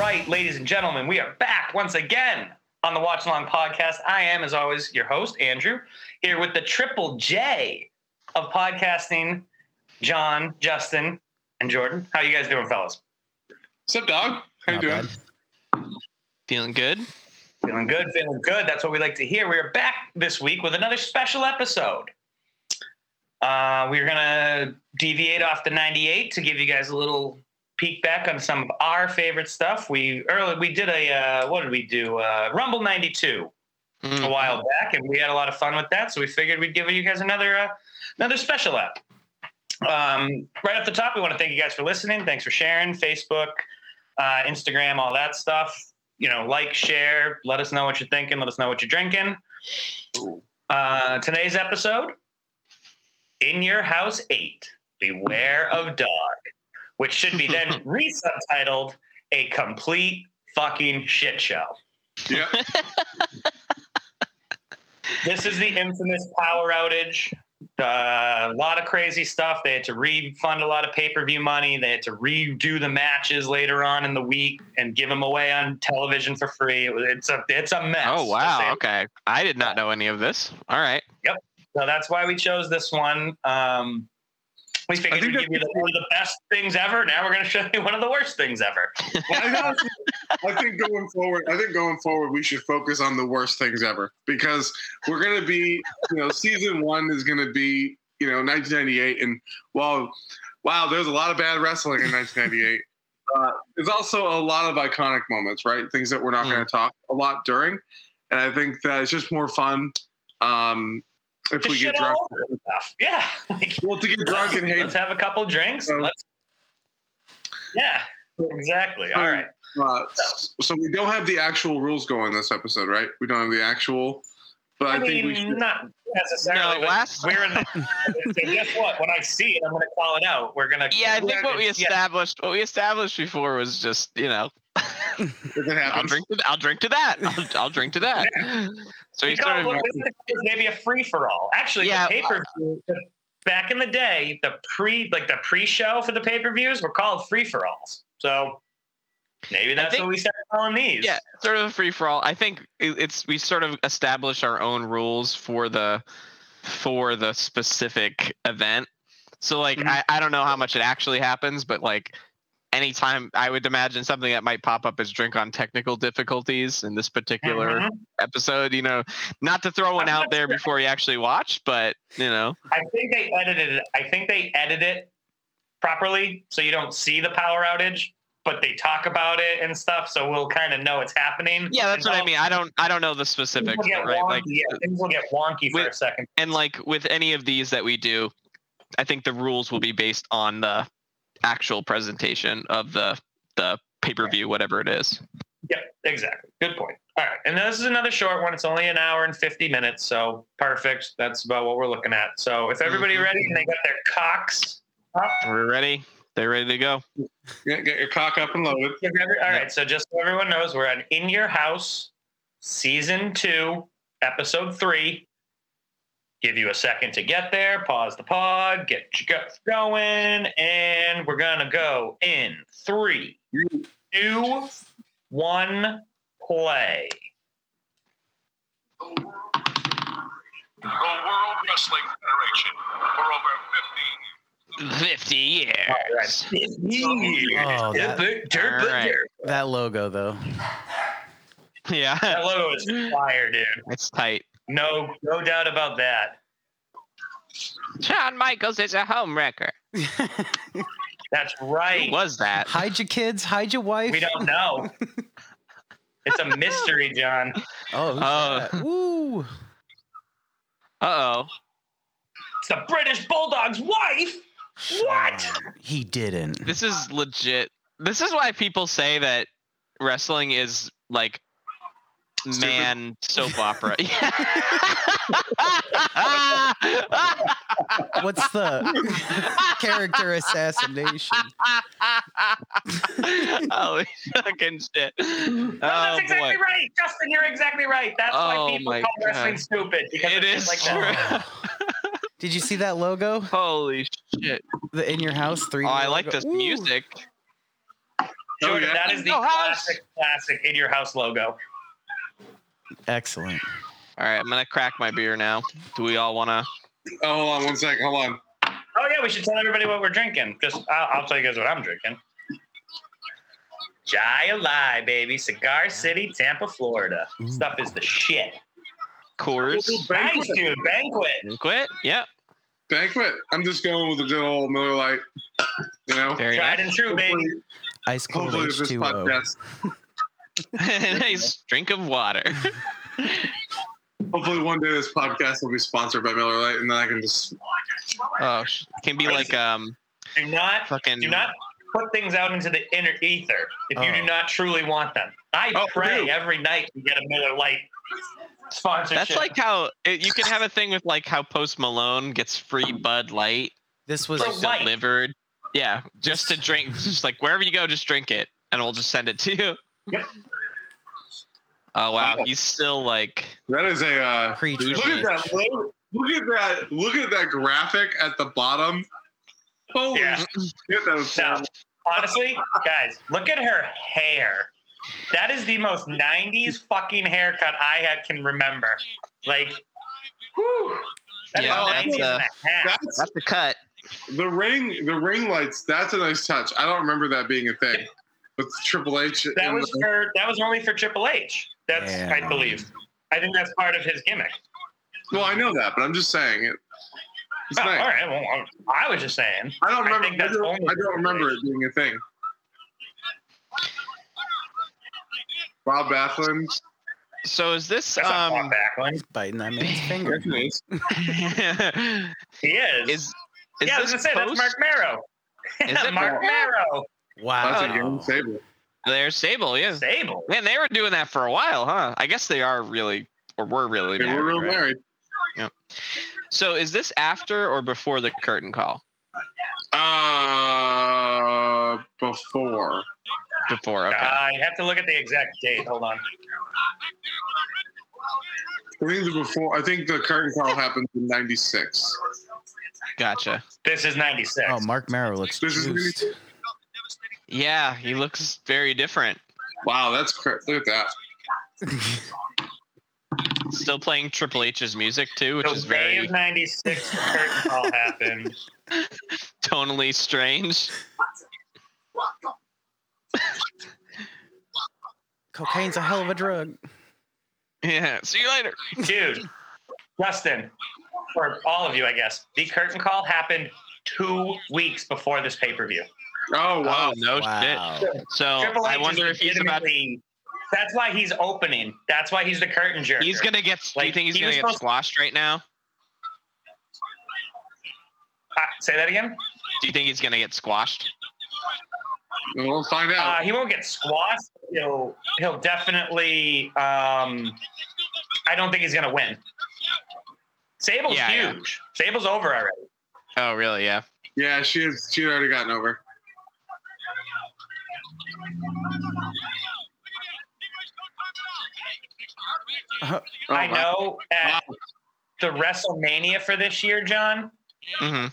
and gentlemen, we are back once again on the Watch Along podcast. I am, as always, your host, Andrew, here with the triple J of podcasting, John, Justin, and Jordan. How you guys doing, fellas? What's up, dog? How you Not doing? bad. Feeling good? Feeling good, feeling good. That's what we like to hear. We are back this week with another special episode. Uh, we're going to deviate off the 98 to give you guys a little peek back on some of our favorite stuff. We early we did a uh, what did we do? Uh, Rumble 92 a Mm. while back and we had a lot of fun with that, so we figured we'd give you guys another uh, another special app. Um, right off the top, we want to thank you guys for listening. Thanks for sharing Facebook, uh, Instagram, all that stuff. You know, like, share, let us know what you're thinking, let us know what you're drinking. Uh, today's episode In Your House 8 Beware of Dog, which should be then resubtitled A Complete Fucking Shit Show. Yeah. This is the infamous power outage. Uh, a lot of crazy stuff. They had to refund a lot of pay per view money. They had to redo the matches later on in the week and give them away on television for free. It was, it's a it's a mess. Oh to wow. say- Okay. I did not know any of this. All right. So that's why we chose this one. Um, we figured think we'd give you the, one of the best things ever. Now we're going to show you one of the worst things ever. Well, I, honestly- I think going forward, I think going forward, we should focus on the worst things ever because we're gonna be, you know, season one is gonna be, you know, 1998, and while wow, there's a lot of bad wrestling in 1998. Uh, there's also a lot of iconic moments, right? Things that we're not going to talk a lot during, and I think that it's just more fun um, if Just we get shit drunk. all over the stuff. Yeah. Like, Well, to get drunk and hate Let's have a couple drinks. Um, Let's... Yeah. Exactly. All Um, right. Uh, s- so we don't have the actual rules going this episode, right? We don't have the actual. But I, I, think mean, we should. not necessarily. No, but last- we're in the, so guess what? When I see it, I'm going to call it out. We're going to. Yeah, I think what we Yeah, established, what we established before was just, you know, If it I'll happens, drink to, I'll drink to that. I'll, I'll drink to that. So we we call sort it of what we think is maybe a free for all. Actually, Yeah, the pay per view back in the day, the pre like the pre show for the pay per views were called free for alls. So maybe that's think- what we start calling these. yeah, sort of a free for all. I think it- it's we sort of establish our own rules for the for the specific event. So like Mhm. I, I don't know how much it actually happens, but like anytime I would imagine something that might pop up is drink on technical difficulties in this particular Mhm. episode, you know, Mm-hmm. not to throw one I'm out not there sure. before you actually watch, but you know. I think they edited it. I think they edit it properly so you don't see the power outage, but they talk about it and stuff, so we'll kind of know it's happening. Yeah, that's And what I don't- mean. I don't I don't know the things will specifics, get but, right? wonky. Like yeah, things will get wonky for With- a second. and like with any of these that we do, I think the rules will be based on the actual presentation of the the pay-per-view whatever it is. Yep, exactly. Good point. All right, and this is another short one. It's only an hour and fifty minutes, so perfect. That's about what we're looking at. So if everybody Mhm. ready and they got their cocks up, We're ready. They're ready to go. get, get your cock up and loaded. If every- all right. So just so everyone knows, we're on In Your House, season two, episode three. Give you a second to get there. Pause the pod. Get your guts going, and we're gonna go in three, two, one. Play. the World Wrestling Federation for over 50 50 years. Oh, that, Derp, All right. derp. that logo though. Yeah. That logo is fire, dude. It's tight. No, no doubt about that. John Michaels is a home wrecker. That's Who right. was that? Hide your kids. Hide your wife. We don't know. it's a mystery, John. Oh, who's Oh. that? Woo. Uh-oh. It's the British Bulldog's wife. What? He didn't. This is legit. This is why people say that wrestling is like Stupid. man soap opera. What's the character assassination? Holy fucking shit. No, Oh that's exactly boy. right, Justin. You're exactly right. That's Oh, why people my call wrestling God. stupid. Because It of shit is like true. that. Did you see that logo? Holy shit. The in your house three. Oh, I D like logo? this Woo. music. Oh, Jordan, yeah. that is the No house. classic, classic in your house logo. Excellent. All right, I'm gonna crack my beer now. Do we all wanna? Oh, hold on one second. Hold on. Oh yeah, we should tell everybody what we're drinking. Just I'll, I'll tell you guys what I'm drinking. Jai Lie, baby, Cigar City, Tampa, Florida. Ooh. Stuff is the shit. Coors. Nice, Banquet. dude. Banquet. Quit. Yeah. Banquet. I'm just going with a good old Miller Lite. You know, Very Tried nice. and true, baby. hopefully, Ice cold hopefully this H2O. podcast, nice drink of water. hopefully one day this podcast will be sponsored by Miller Lite, and then I can just Oh, sh- can be like um Do not fucking. do not put things out into the inner ether if you do Oh. not truly want them. I Oh, pray dude. every night to get a Miller Lite sponsorship. That's like how it, you can have a thing with like how Post Malone gets free Bud Light This was For like, light. delivered. Yeah, just to drink. Just like wherever you go, just drink it, and we'll just send it to you. Yep. Oh wow, Wow. he's still like. that is a uh, creature. Look at that logo. Look at that. Look at that graphic at the bottom. Holy Yeah. shit, that was No. Honestly, guys, look at her hair. That is the most 90s fucking haircut I had can remember. Like, whew, that's Yeah, all that's, uh, 90s and a half. That's That's the cut. the ring. The ring lights. That's a nice touch. I don't remember that being a thing. With Triple H. That in was the- for that was only for Triple H. That's I Yeah. believe. I think that's part of his gimmick. well, I know that, but I'm just saying it. It's Oh, all nice. right, well, I was just saying. I don't I remember. think I, that's don't, only I don't remember it being a thing. Bob Backlund. So is this That's not um? Bob Backlund. biting that man's finger. He is. is is yeah, I was this gonna say post- that's Mark Marrow. Is it Mark Mark? Marrow? That's a Wow. young Sable. They're stable, yeah. Sable. Man, they were doing that for a while, huh? I guess they are really, or were really. They were married, real right? married. So is this after or before the curtain call? Uh, before. Before, okay. I have to look at the exact date. Hold on. I think the before. I think the curtain call happened in '96. gotcha. This is 96. Oh, Mark Marrow looks This is- juiced. Yeah, he looks very different. Wow, that's cra- look at that. Still playing Triple H's music too, which so is May very of 96, the curtain call happened. tonally strange. Cocaine's a hell of a drug. Yeah. See you later. Dude, Justin, or all of you, I guess, the curtain call happened two weeks before this pay per view. Oh wow. Uh, Oh no wow. shit. So Oh, I wonder if he's about. That's why he's opening. That's why he's the curtain jerk. He's gonna get. do you Like, think he's he gonna was get supposed- squashed right now? Uh, say that again. Do you think he's gonna get squashed? We'll find Uh, out. he won't get squashed. He'll he'll definitely. Um, I don't think he's gonna win. Sable's Yeah, yeah. huge. Sable's over already. Oh really? Yeah. yeah, she has. She had already gotten over. Oh, I my- know at the WrestleMania for this year, John. hmm Um,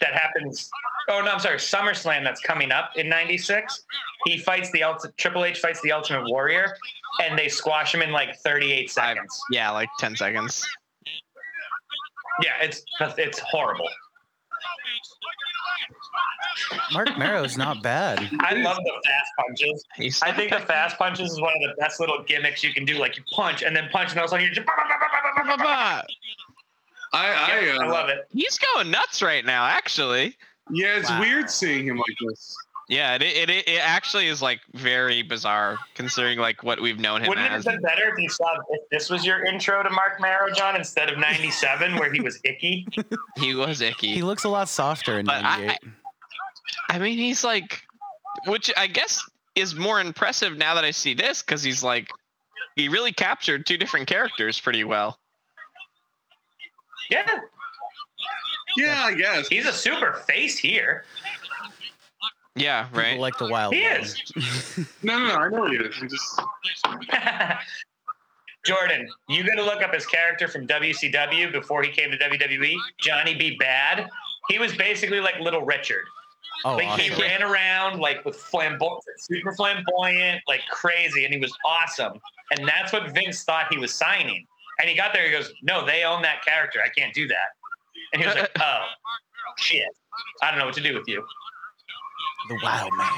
that happens. Oh no, I'm sorry. SummerSlam that's coming up in '96. He fights the ulti- Triple H fights the Ultimate Warrior, and they squash him in like 38 seconds. Yeah, like ten seconds. Yeah, it's it's horrible. Mark Marrow's not bad. I love the fast punches. He's I think the fast punches is one of the best little gimmicks you can do. Like you punch and then punch, and all of a sudden you're just. I. I, Yeah, uh, I love it. He's going nuts right now, actually. Yeah, it's Wow. weird seeing him like this. Yeah, it, it, it, it actually is like very bizarre considering like what we've known him Wouldn't it have as. been better if you saw if this was your intro to Mark Marrow, John, instead of '97 where he was icky? He was icky. He looks a lot softer in But I- 98. I mean, he's like, which I guess is more impressive now that I see this because he's like, he really captured two different characters pretty well. Yeah, Yeah, I guess. he's a super face here. Yeah, People right. like the wild. He one. is. No, no, no. I know he is. I'm just. Jordan, you got to look up his character from WCW E? before he came to WWE. Johnny B. Bad. He was basically like Little Richard. Oh, like he awesome. awesome. ran around like with flamboyant, super flamboyant, like crazy, and he was awesome. And that's what Vince thought he was signing. And he got there, he goes, "No, they own that character. I can't do that." And he was like, "Oh shit, I don't know what to do with you." The Wow Man.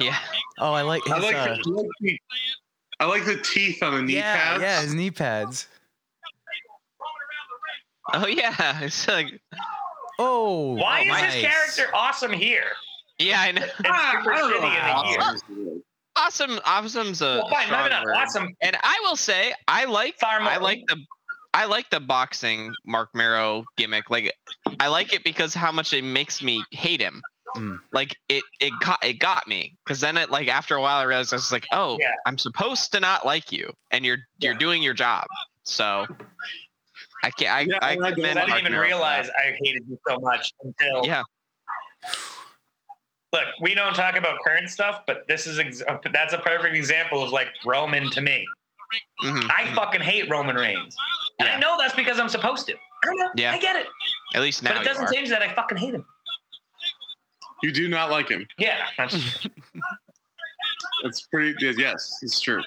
Yeah. Oh, I like his. I like, uh, the, I like the- I like the teeth on the knee yeah, pads. yeah, his knee pads. Oh yeah. It's like Oh, Why oh, is his nice. character awesome here? yeah, I know. It's Ah, super I don't shitty know in the how year. awesome it is. Awesome. Awesome's a Well, fine, strong maybe not word. awesome. And I will say, I like Fire I Martin. like the I like the boxing Mark Marrow gimmick. Like I like it because how much it makes me hate him. Mm. Like it it got it got me because then it like after a while I realized I was like oh Yeah. I'm supposed to not like you and you're you're Yeah. doing your job so I can't I, Yeah, I, I like commend that. I didn't Mark even Marrow for that. realize I hated you so much until yeah look, we don't talk about current stuff, but this is ex- that's a perfect example of like Roman to me. Mhm. I fucking hate Roman Reigns, and Yeah. I know that's because I'm supposed to. I know. Yeah. I get it, at least now but it you doesn't are. change that I fucking hate him. You do not like him. Yeah, Hmm. that's- It's pretty. Yes, it's true.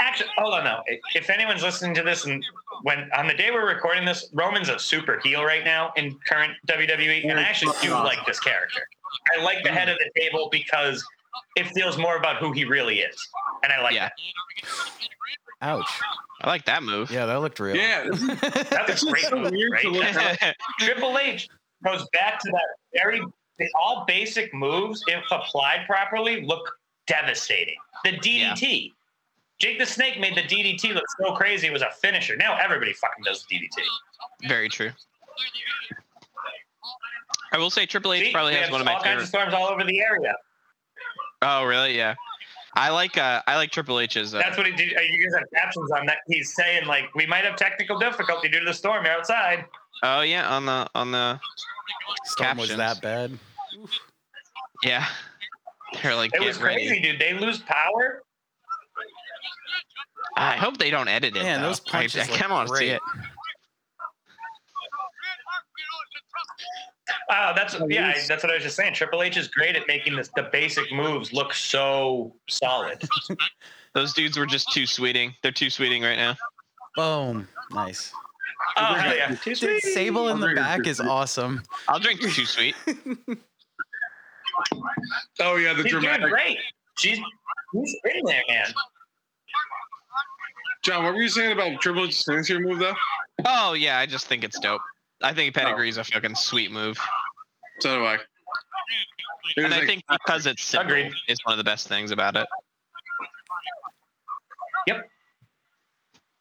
actually, hold on though. If anyone's listening to this, and when on the day we're recording this, Roman's a super heel right now in current WWE, and I actually do like this character. I like the head of the table because it feels more about who he really is, and I like Yeah. that. Ouch. I like that move Yeah, that looked real. Yeah, this is- That's it's a just great so move, weird to right? look at. Triple H goes back to that very all basic moves, if applied properly, look devastating. The DDT. Jake the Snake made the DDT look so crazy it was a finisher. Now everybody fucking does the DDT. very true I will say Triple H See, probably we has have one of all my kinds favorite of storms all over the area. Oh, really? Yeah. I like uh, I like Triple H's. Uh, That's what he did. uh, You guys have captions on that. He's saying like we might have technical difficulty due to the storm outside. oh yeah, on the on the Storm was captions. that bad. yeah. They're like It get was ready. crazy, dude. They lose power. I hope they don't edit it. Man, though. those I- punches I, look kind of want to see great. it. Wow, Uh, that's Oh, yeah, yes. that's what I was just saying. Triple H is great at making this, the basic moves look so solid. Those dudes were just too sweeting. They're too sweeting right now. Boom. Nice. Oh, hell yeah. Dude, Sable in the back is awesome. I'll drink too sweet. Oh yeah, the He's doing dramatic. great. She's he's in there, man. John, what were you saying about Triple H's signature move though? Oh yeah, I just think it's dope. I think Oh. Pedigree's a fucking sweet move, So do I. It and was I like- think because it's simple Agreed. is one of the best things about it.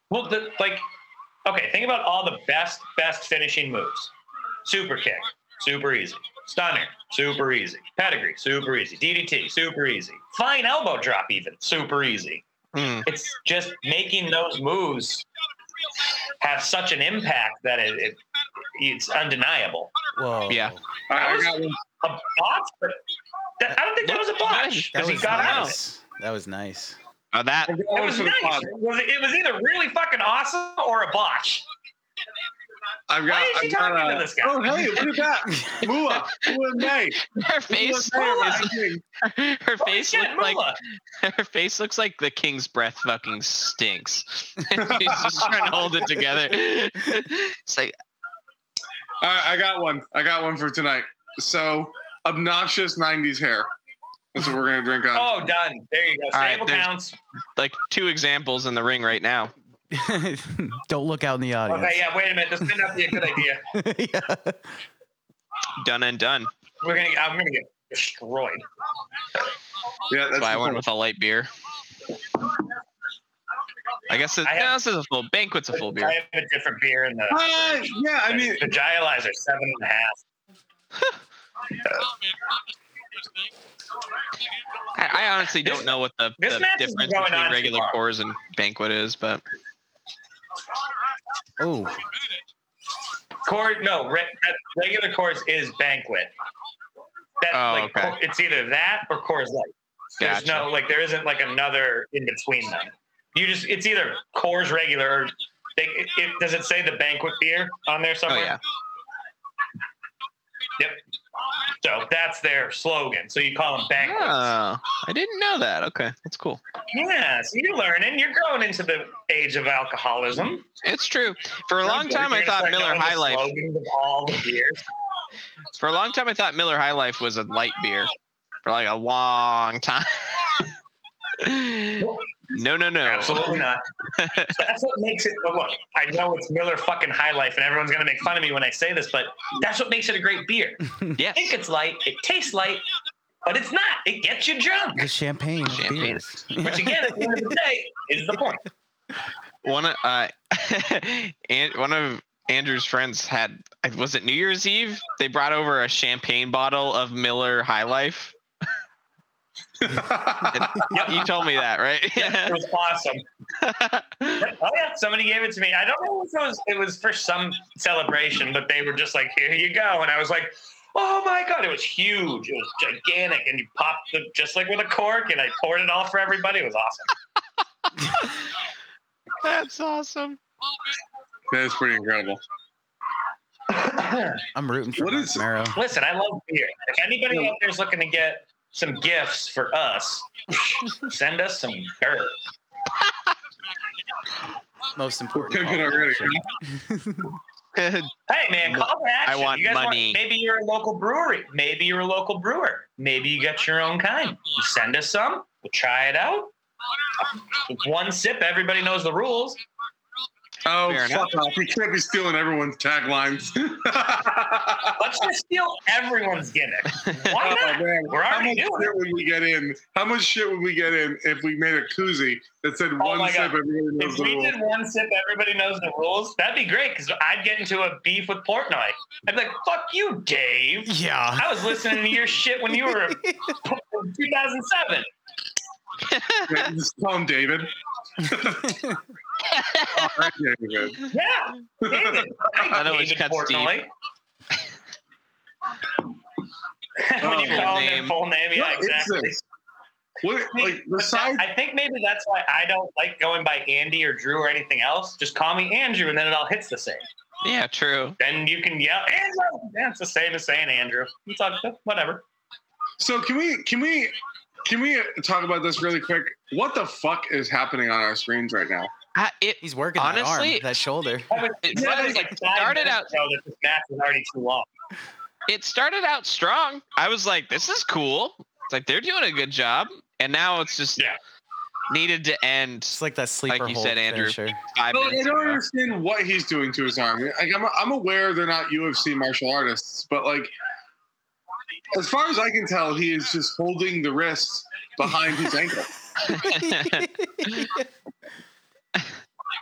Well, the, like, okay, think about all the best, best finishing moves. Super kick, super easy. Stunner, super easy. Pedigree, super easy. DDT, super easy. Flying elbow drop, even super easy. Mm. It's just making those moves have such an impact that it, it it's undeniable. Whoa. Yeah. All right, I got one. A botch? But that, I don't think that was a botch That because he was got out. nice. That was nice. Oh, that I got It one was for nice. the pod. It was, it was either really fucking awesome or a botch. I've got. Why is she I've got talking a- to this guy? Oh hey, look at that! Moolah, Moolah May. her face, Moolah is- May. Holy her face shit, looked like Moolah. Her face looks like the king's breath fucking stinks. She's just trying to hold it together. It's like, All right, I got one. I got one for tonight. So obnoxious '90s hair. That's what we're gonna drink on. Oh, done. There you go. All right, Stable there's- counts. like two examples in the ring right now. Don't look out in the Okay, audience. yeah. Wait a minute. This may not be a good idea. yeah. Done and done. We're gonna. I'm gonna get destroyed. yeah, that's That's why I went the one. with a light beer. I guess it, I have- no, this is a full banquet's a full beer. I have a different beer in the. Uh, yeah, I mean, the Gializer seven and a half. I, I honestly This- don't know what the, this the match is difference going on between too regular long. pours and banquet is, but Oh, Core no re, that regular course is banquet. That's Oh, like okay. Coors- it's either that or Coors Light. There's Gotcha. no like there isn't like another in between them. You just it's either Coors regular. Or they, it, it, does it say the banquet beer on there oh somewhere? yeah. Yep. So that's their slogan. So you call them banquets. Oh, I didn't know that. Okay, that's cool. Yeah, so you're learning. You're growing into the age of alcoholism. It's true. For a long time, I thought Miller High Life. For a long time, I thought Miller High Life was a light beer. For like a long time. no, no, no. Absolutely not. that's what makes it. Well, look, I know it's Miller fucking High Life, and everyone's gonna make fun of me when I say this, but that's what makes it a great beer. I Yes. think it's light. It tastes light, but it's not. It gets you drunk, The champagne. of Champagne. beers. which again, at the end of the day, is the point. one of uh, and one of Andrew's friends had was it New Year's Eve? They brought over a champagne bottle of Miller High Life. You told me that, right? Yeah, it was awesome. Oh yeah, somebody gave it to me. I don't know if it was it was for some celebration, but they were just like, "Here you go," and I was like, "Oh my god!" It was huge. It was gigantic, and you popped the just like with a cork, and I poured it all for everybody. It was awesome. That's awesome. That's pretty incredible. I'm rooting for What Mark is- Marrow. Listen, I love beer. If anybody out there's looking to get some gifts for us, send us some dirt. Most important. Pimping call to already. action. Hey man, call to action. want you guys money. maybe you're a local brewery. Maybe you're a local brewer. Maybe you get your own kind. You send us some. We'll try it out. With one sip, everybody knows the rules. Oh, Fair fuck off. You can't be stealing everyone's taglines. oh, Let's just steal everyone's gimmick. Why not? man. We're How already much doing it. shit would we get in? How much shit would we get in if we made a koozie that said one Oh my sip God. everybody knows If the we rule? did one sip, everybody knows the rules. That'd be great because I'd get into a beef with Portnoy. I'd be like, "Fuck you, Dave. Yeah. I was listening to your shit when you were in 2007." Yeah, Just call him David. All right, David. Yeah, David. That always David cuts deep. Portnoy. when you Oh, call him name. their full name, yeah, What is exactly. this? What, I think- like, but that- besides I think maybe that's why I don't like going by Andy or Drew or anything else. Just call me Andrew, and then it all hits the same. yeah, true. Then you can yell Andrew. Yeah, it's the same as saying Andrew. It's all good. Whatever. So can we can we can we talk about this really quick? What the fuck is happening on our screens right now? I, it He's working that Honestly- arm, that shoulder. I was- It I was started- like it five started minutes out- ago that this match was already too long. it started out strong. I was like, this is cool. It's like they're doing a good job, and now it's just Yeah. needed to end It's like that sleeper you hold said, Andrew. finisher. five Well, I minutes. don't ago. understand what he's doing to his arm. Like I'm I'm aware they're not UFC martial artists, but like as far as I can tell, he is just holding the wrist behind his ankle.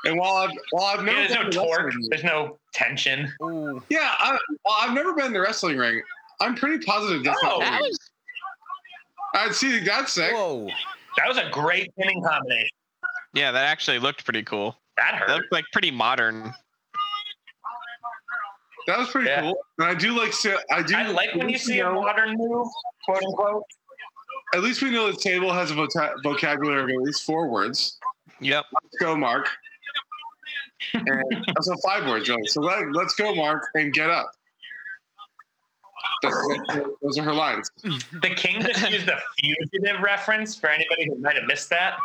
And while I've while I've Yeah, never there's no been to torque. wrestling- There's no tension. Ooh. yeah, I, well, I've never been in the wrestling ring. I'm pretty positive that's Oh. not That not. was I'd see that's sick. Whoa. That was a great pinning combination. yeah, that actually looked pretty cool. That That hurt. looked like pretty modern. That was pretty Yeah. cool. And I do like to. I do I like when you see a know- modern move, quote unquote. At least we know the table has a voca- vocabulary of at least four words. Yep. Let's go, Mark. And uh, so five words, really. So let, let's go, Mark, and get up. That's- those are her lines. The king just used a fugitive reference for anybody who might have missed that,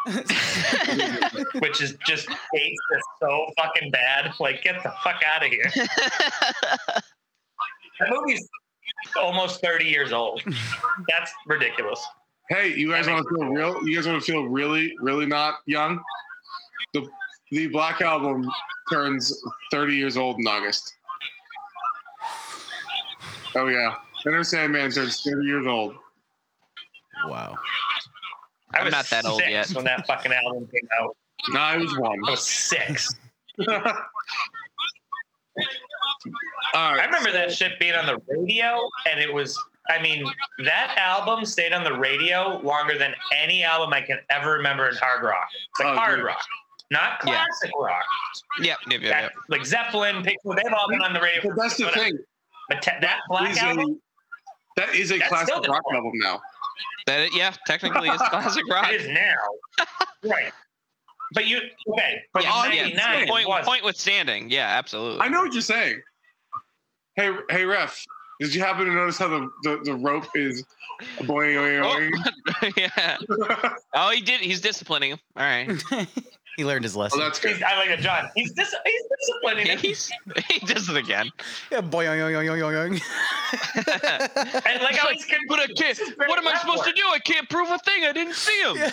which is just hates this so fucking bad. Like, get the fuck out of here. That movie's almost 30 years old. That's ridiculous. Hey, you guys want to feel real? You guys want to feel really, really not young? The the Black Album turns 30 years old in August. Oh yeah, Enter Sandman turns 30 years old. Wow. I I'm was not that old six yet. When that fucking album came out, No, I was one. I was six. All I right. remember that shit being on the radio, and it was. I mean, that album stayed on the radio longer than any album I can ever remember in hard rock. It's like Oh, hard dude. rock, not Yeah. classic rock. Yep. Yep. Yep. That- yep. Like Zeppelin, Pink- they've all been on the radio. But for- that's the whatever. thing. But te- that black Is a- album, that is a That's still classic the rock one. album now. That it, yeah, technically is classic rock. it is now, right? But you okay? But yeah, yeah, ninety nine point, was point withstanding. Yeah, absolutely. I know what you're saying. Hey, hey, ref, Did you happen to notice how the, the, the rope is Oh. boing, yeah. boing, boing? Oh, he did. He's disciplining him. All right. he learned his oh, lesson. that's He's, good. I like it, John. He's dis- he's disciplining. Yeah, him. he's, he does it again. yeah, boing, yoing, yoing, yoing, yoing. and like It's I like, was confused. But I can't. This is very What am I supposed awkward. to do? I can't prove a thing. I didn't see him. Yeah.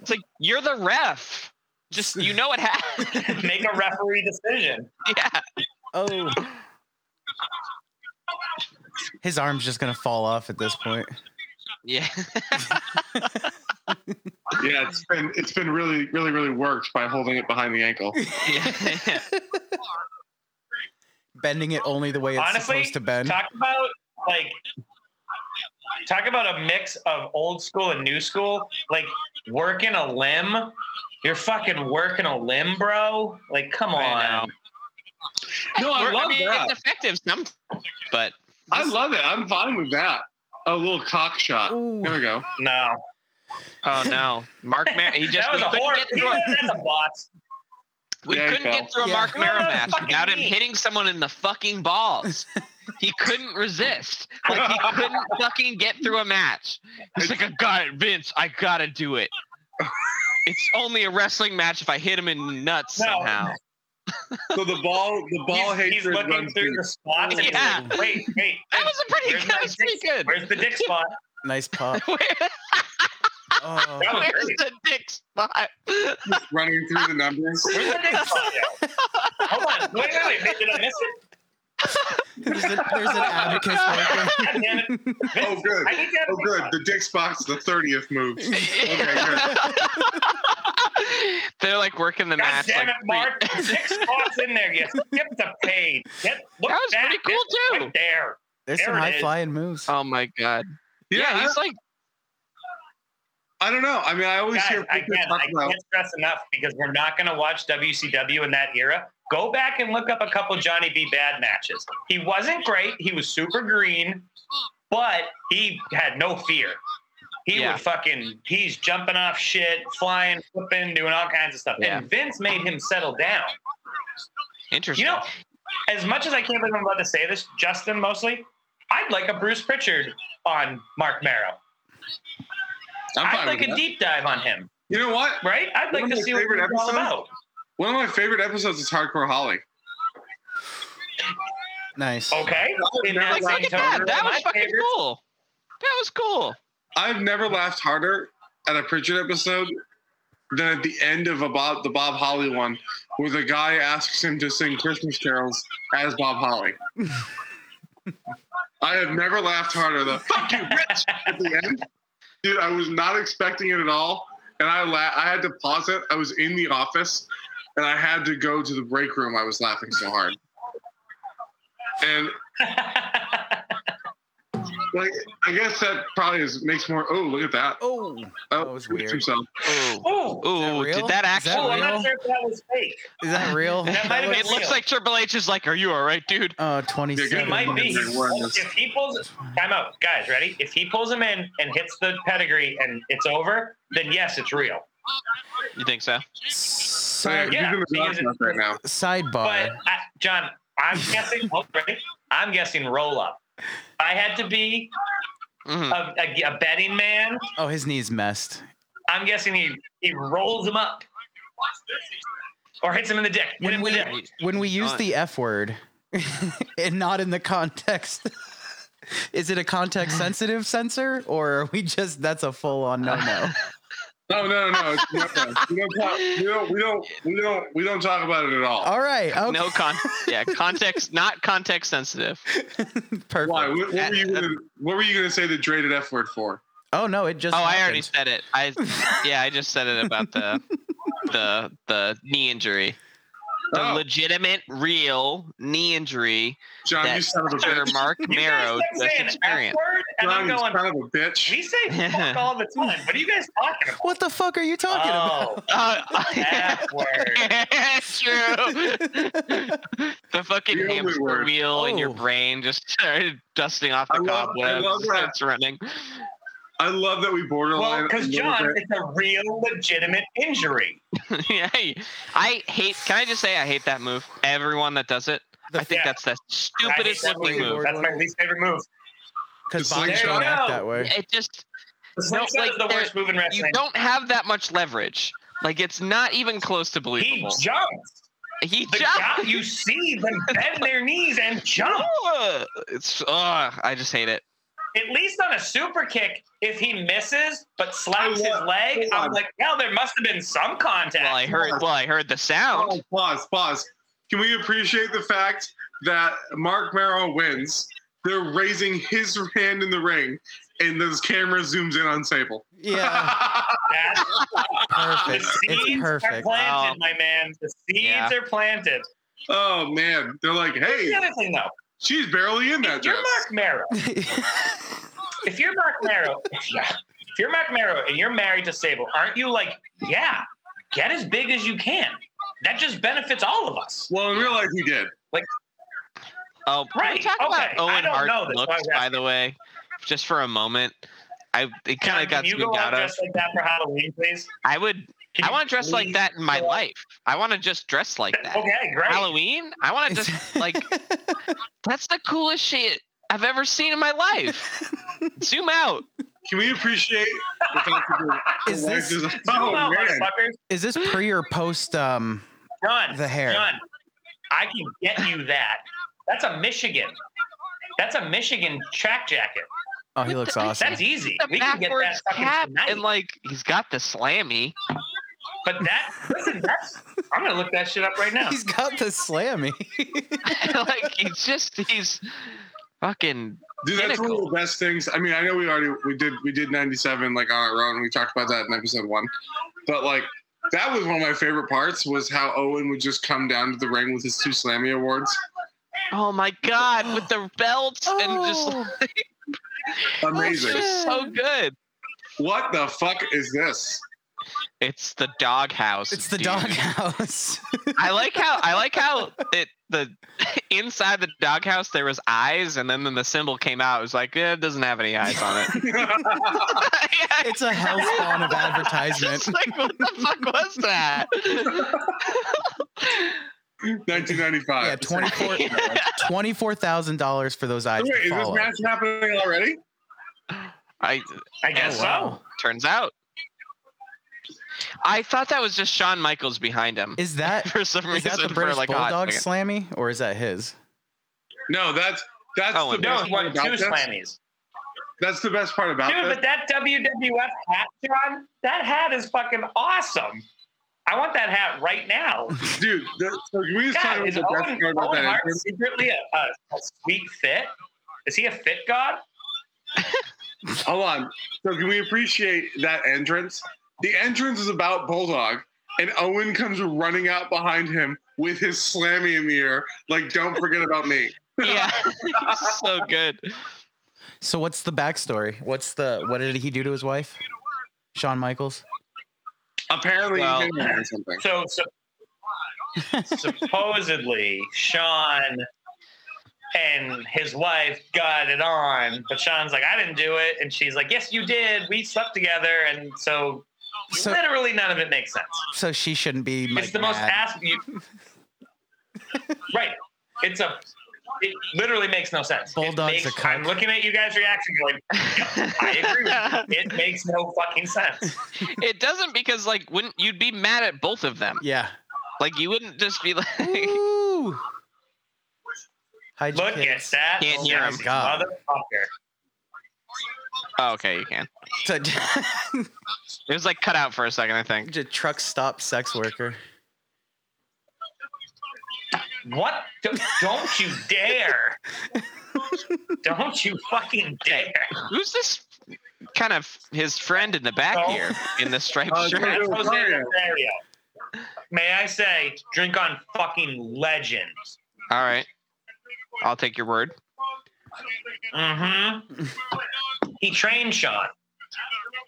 It's like you're the ref. Just you know it happened. make a referee decision. yeah. Oh. His arm's just gonna fall off at this point. Yeah. Yeah, it's been it's been really really really worked by holding it behind the ankle. yeah. Bending it only the way it's Honestly, supposed to bend. Talk about like talk about a mix of old school and new school. Like working a limb. You're fucking working a limb, bro. Like, come I on. No, I We're- love mean, that. It's effective. Some, but I love it. I'm fine with that. A little cock shot. Ooh. There we go. No, oh no, Mark. Mar- he just that was we a couldn't horror. get through. A, That's a bot. we There you couldn't go. get through a Yeah. Mark No, no, Mara no, match fucking without him me. hitting someone in the fucking balls. he couldn't resist. Like he couldn't fucking get through a match. He's like, I got it, Vince. I gotta do it. It's only a wrestling match if I hit him in the nuts No. somehow. So the ball the ball He's, he's hatred looking runs through through. the spots. and he's Yeah. like, Wait, wait. That was a pretty Where's good. That my was pretty good. Where's the dick spot? Nice pop. Where- Oh. That was Where's great. the dick spot? running through the numbers. Where's the dick spot? yo? Hold on. Wait, wait, wait. Did I miss it? There's, a, there's an abacus right there. God damn it. Vince, Oh good. I need to have Oh a dick good. spot. The dick spot's the thirtieth move. They're like working the God match. damn it, like, Mark. Six spots in there. You skipped the page. Get, look That was back. pretty cool, It's too. Right there. There's some There it high is. flying moves. Oh my god. Yeah, Yeah, he's like I, I don't know. I mean, I always Guys, hear I, people can't, talk I about. can't stress enough because we're not going to watch WCW in that era. Go back and look up a couple Johnny B. Bad matches. He wasn't great. He was super green, but he had no fear. He Yeah. would fucking, he's jumping off shit, flying, flipping, doing all kinds of stuff. Yeah. And Vince made him settle down. interesting. You know, as much as I can't believe I'm about to say this, Justin mostly, I'd like a Bruce Pritchard on Mark Marrow. I'm I'd fine like with a that. deep dive on him, You know what? right? I'd One like of to my see what favorite it's all episodes- about. One of my favorite episodes is Hardcore Holly. Oh, Nice. Okay. In Like, that like, same look at tone, that. That my was fucking favorite- cool. That was cool. I've never laughed harder at a Pritchard episode than at the end of a Bob the Bob Holly one, where the guy asks him to sing Christmas carols as Bob Holly. I have never laughed harder than "Fuck you, Rich!" at the end. Dude, I was not expecting it at all, and I la- I had to pause it. I was in the office, and I had to go to the break room. I was laughing so hard, and like I guess that probably is makes more. Oh, look at that! Oh. Oh, That was he hits weird. Himself. Ooh, Ooh. ooh, real? did that Is that Oh, actually? I'm real? not sure if that was fake. Is that real? That might have looks- been it looks real. like Triple H is like, "Are you all right, dude?" Oh, He 27. might be. They were in this. If he pulls, time out, guys. Ready? If he pulls him in and hits the pedigree and it's over, then yes, it's real. You think so? Side, Yeah, he's in the he dog is- mouth right now. But sidebar. I, John, I'm guessing. oh, ready? I'm guessing roll up. If I had to be Mhm. a, a, a betting man. Oh, his knee's messed. I'm guessing he he rolls him up or hits him in the dick. Hit When him in we, the dick. when we use the F word and not in the context, is it a context sensitive censor or are we just, that's a full on no no? No, no, no. It's no, no. We, don't talk, we don't. We don't. We don't. We don't talk about it at all. Oh, All right. Okay. No con. Yeah, context, not context sensitive. Perfect. Why? What, what were you gonna? What were you gonna say the dreaded F word for? Oh, no, it just. Oh, I already happened. said it. I yeah, I just said it about the the the knee injury, the Oh, legitimate, real knee injury John, you that son of a Sir bitch. Mark You guys Marrow kept just saying F experienced. word, and John, I'm you going. son of a bitch. We say fuck all the time. What are you guys talking about? What the fuck are you talking Oh, Uh, F word. True. the fucking The only hamster word. wheel in your Oh. brain just started dusting off I the love- I cobwebs. love that. Starts running. I love that we borderline. Well, a because little John, bit. it's a real legitimate injury. yeah, I hate. Can I just say I hate that move? Everyone that does it, I think Yeah. that's the stupidest I hate that looking move. move. That's my least favorite move. because The bombs slingshot. don't There you act go. that way. It just The slingshot like, is the worst move in you wrestling. don't have that much leverage. Like it's not even close to He believable. jumped. He The guy you see them bend their knees and jump. Ugh. It's uh, I just hate it. At least on a super kick, if he misses but slaps his I love- leg, hold I'm on. like, well, there must have been some contact. Well, I heard. Well, I heard the sound. Oh, pause, pause. Can we appreciate the fact that Mark Merrill wins? They're raising his hand in the ring, and this camera zooms in on Sable. Yeah, That's- the perfect. It's seeds are perfect. planted, Wow. my man. The seeds Yeah. are planted. oh man, they're like, Here's hey, the other thing, though. she's barely in that If dress. you're Mark Merrow, if you're Mark Merrow, yeah, if you're Mark Merrow and you're married to Sable, aren't you like, yeah, get as big as you can? That just benefits all of us. Well, in real life, he did. Oh, can we Right, talk about okay. I Owen don't know Hart's this, so I looks, was by the way, just for a moment. I it kind Can of got you go spooked out out of. dressed like that for Halloween, please? I would. Can I you want to dress like please that in my go out- life. I want to just dress like that. Okay, great. Halloween. I want to just like that's the coolest shit I've ever seen in my life. Zoom out. Can we appreciate the fact that the- the Is wife this- is- Zoom oh out, man, motherfuckers. Is this pre or post? Um, Done. The hair. Done. I can get you that. That's a Michigan. That's a Michigan track jacket. oh, he What looks the- awesome. That's easy. The We can get that backwards fucking cap tonight. and like he's got the slammy. But that, listen, that's, I'm going to look that shit up right now. He's got the slammy. like he's just he's fucking dude, that's one of Pinnacle. the best things. I mean, I know we already we did we did '97 like on our own. We talked about that in episode one, but like that was one of my favorite parts was how Owen would just come down to the ring with his two Slammy awards. oh my god with the belts and Oh, just Oh. Amazing. it was so good. What the fuck is this? It's the doghouse. it's the dude. doghouse. I like how I like how it the inside the doghouse there was eyes, and then when the symbol came out, it was like eh, it doesn't have any eyes on it. yeah, It's a hellspawn of advertisement. just like what the fuck was that? 1995. Yeah, 24 Wait, $24,000 for those eyes. to is this follow. match happening already? I I guess Oh, so. wow. turns out. I thought that was just Shawn Michaels behind him Is that for some is reason. that the for British like "Oh, a hot Bulldog second. slammy or is that his? No, that's that's Oh, the and- No, best he part won two about this. slammies. That's the best part about Dude, this. but that WWF hat, John, that hat is fucking awesome. I want that hat right now. Dude, the, so can we just talk God, about is the best Owen, part about Owen that? Hart secretly a, a, a sweet fit? Is he a fit god? Hold on. So can we appreciate that entrance? The entrance is about Bulldog, and Owen comes running out behind him with his slammy in the air, like "Don't forget about me." Yeah, He's so good. So what's the backstory? What's the what did he do to his wife? Shawn Michaels. Apparently, Well- he hit him or something. So, so supposedly Sean and his wife got it on, but Sean's like, I didn't do it, and she's like, Yes, you did. We slept together, and so, So literally none of it makes sense. so she shouldn't be my it's the most dad. ass. You, right. It's a. It literally makes no sense. It Bulldog's makes- a cuck. I'm looking at you guys' reaction, going, I agree. with you. It makes no fucking sense. it doesn't because like wouldn't you'd be mad at both of them? Yeah. Like you wouldn't just be like Ooh. Hide your Look at kids. that, Can't hear him. nasty motherfucker. Oh, okay, you can. So- It was like cut out for a second, I think. J- truck stop sex worker. What? D- Don't you dare! Don't you fucking dare! Who's this kind of his friend in the back Oh. here in the striped Oh, shirt? dude. That's Jose Mario. Rosario. May I say, drink on fucking legend. All right. I'll take your word. Mm-hmm. He trained Sean.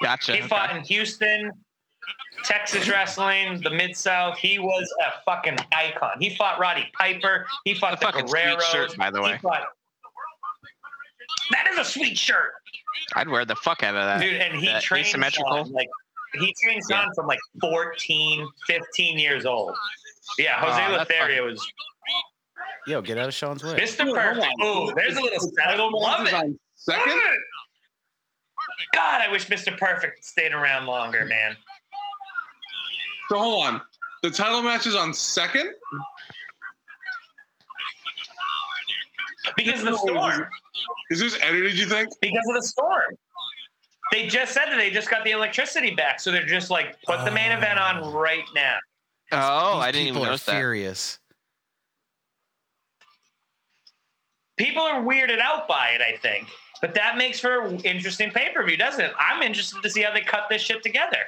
Gotcha. He okay. fought in Houston, Texas wrestling, the Mid South. He was a fucking icon. He fought Roddy Piper. He What a fought the fucking sweet Guerreros. shirt, by the He way. fought- That is a sweet shirt. I'd wear the fuck out of that. dude and he that trained Uh, asymmetrical? Sean, like he trained Yeah. Sean from like 14 15 years old yeah jose Oh, that's lothario was yo, get out of Sean's way. Mr. Perfect. Ooh, there's a little settle. Love it. on second. Love it. God, I wish Mr. Perfect stayed around longer, man. So hold on. The title match is on second. Because of the storm. Is this edited? You think? Because of the storm. They just said that they just got the electricity back, so they're just like, put the main event Ah. on right now. Oh, These I didn't even people are notice that. furious. People are weirded out by it, I think. But that makes for an interesting pay per view, doesn't it? I'm interested to see how they cut this shit together.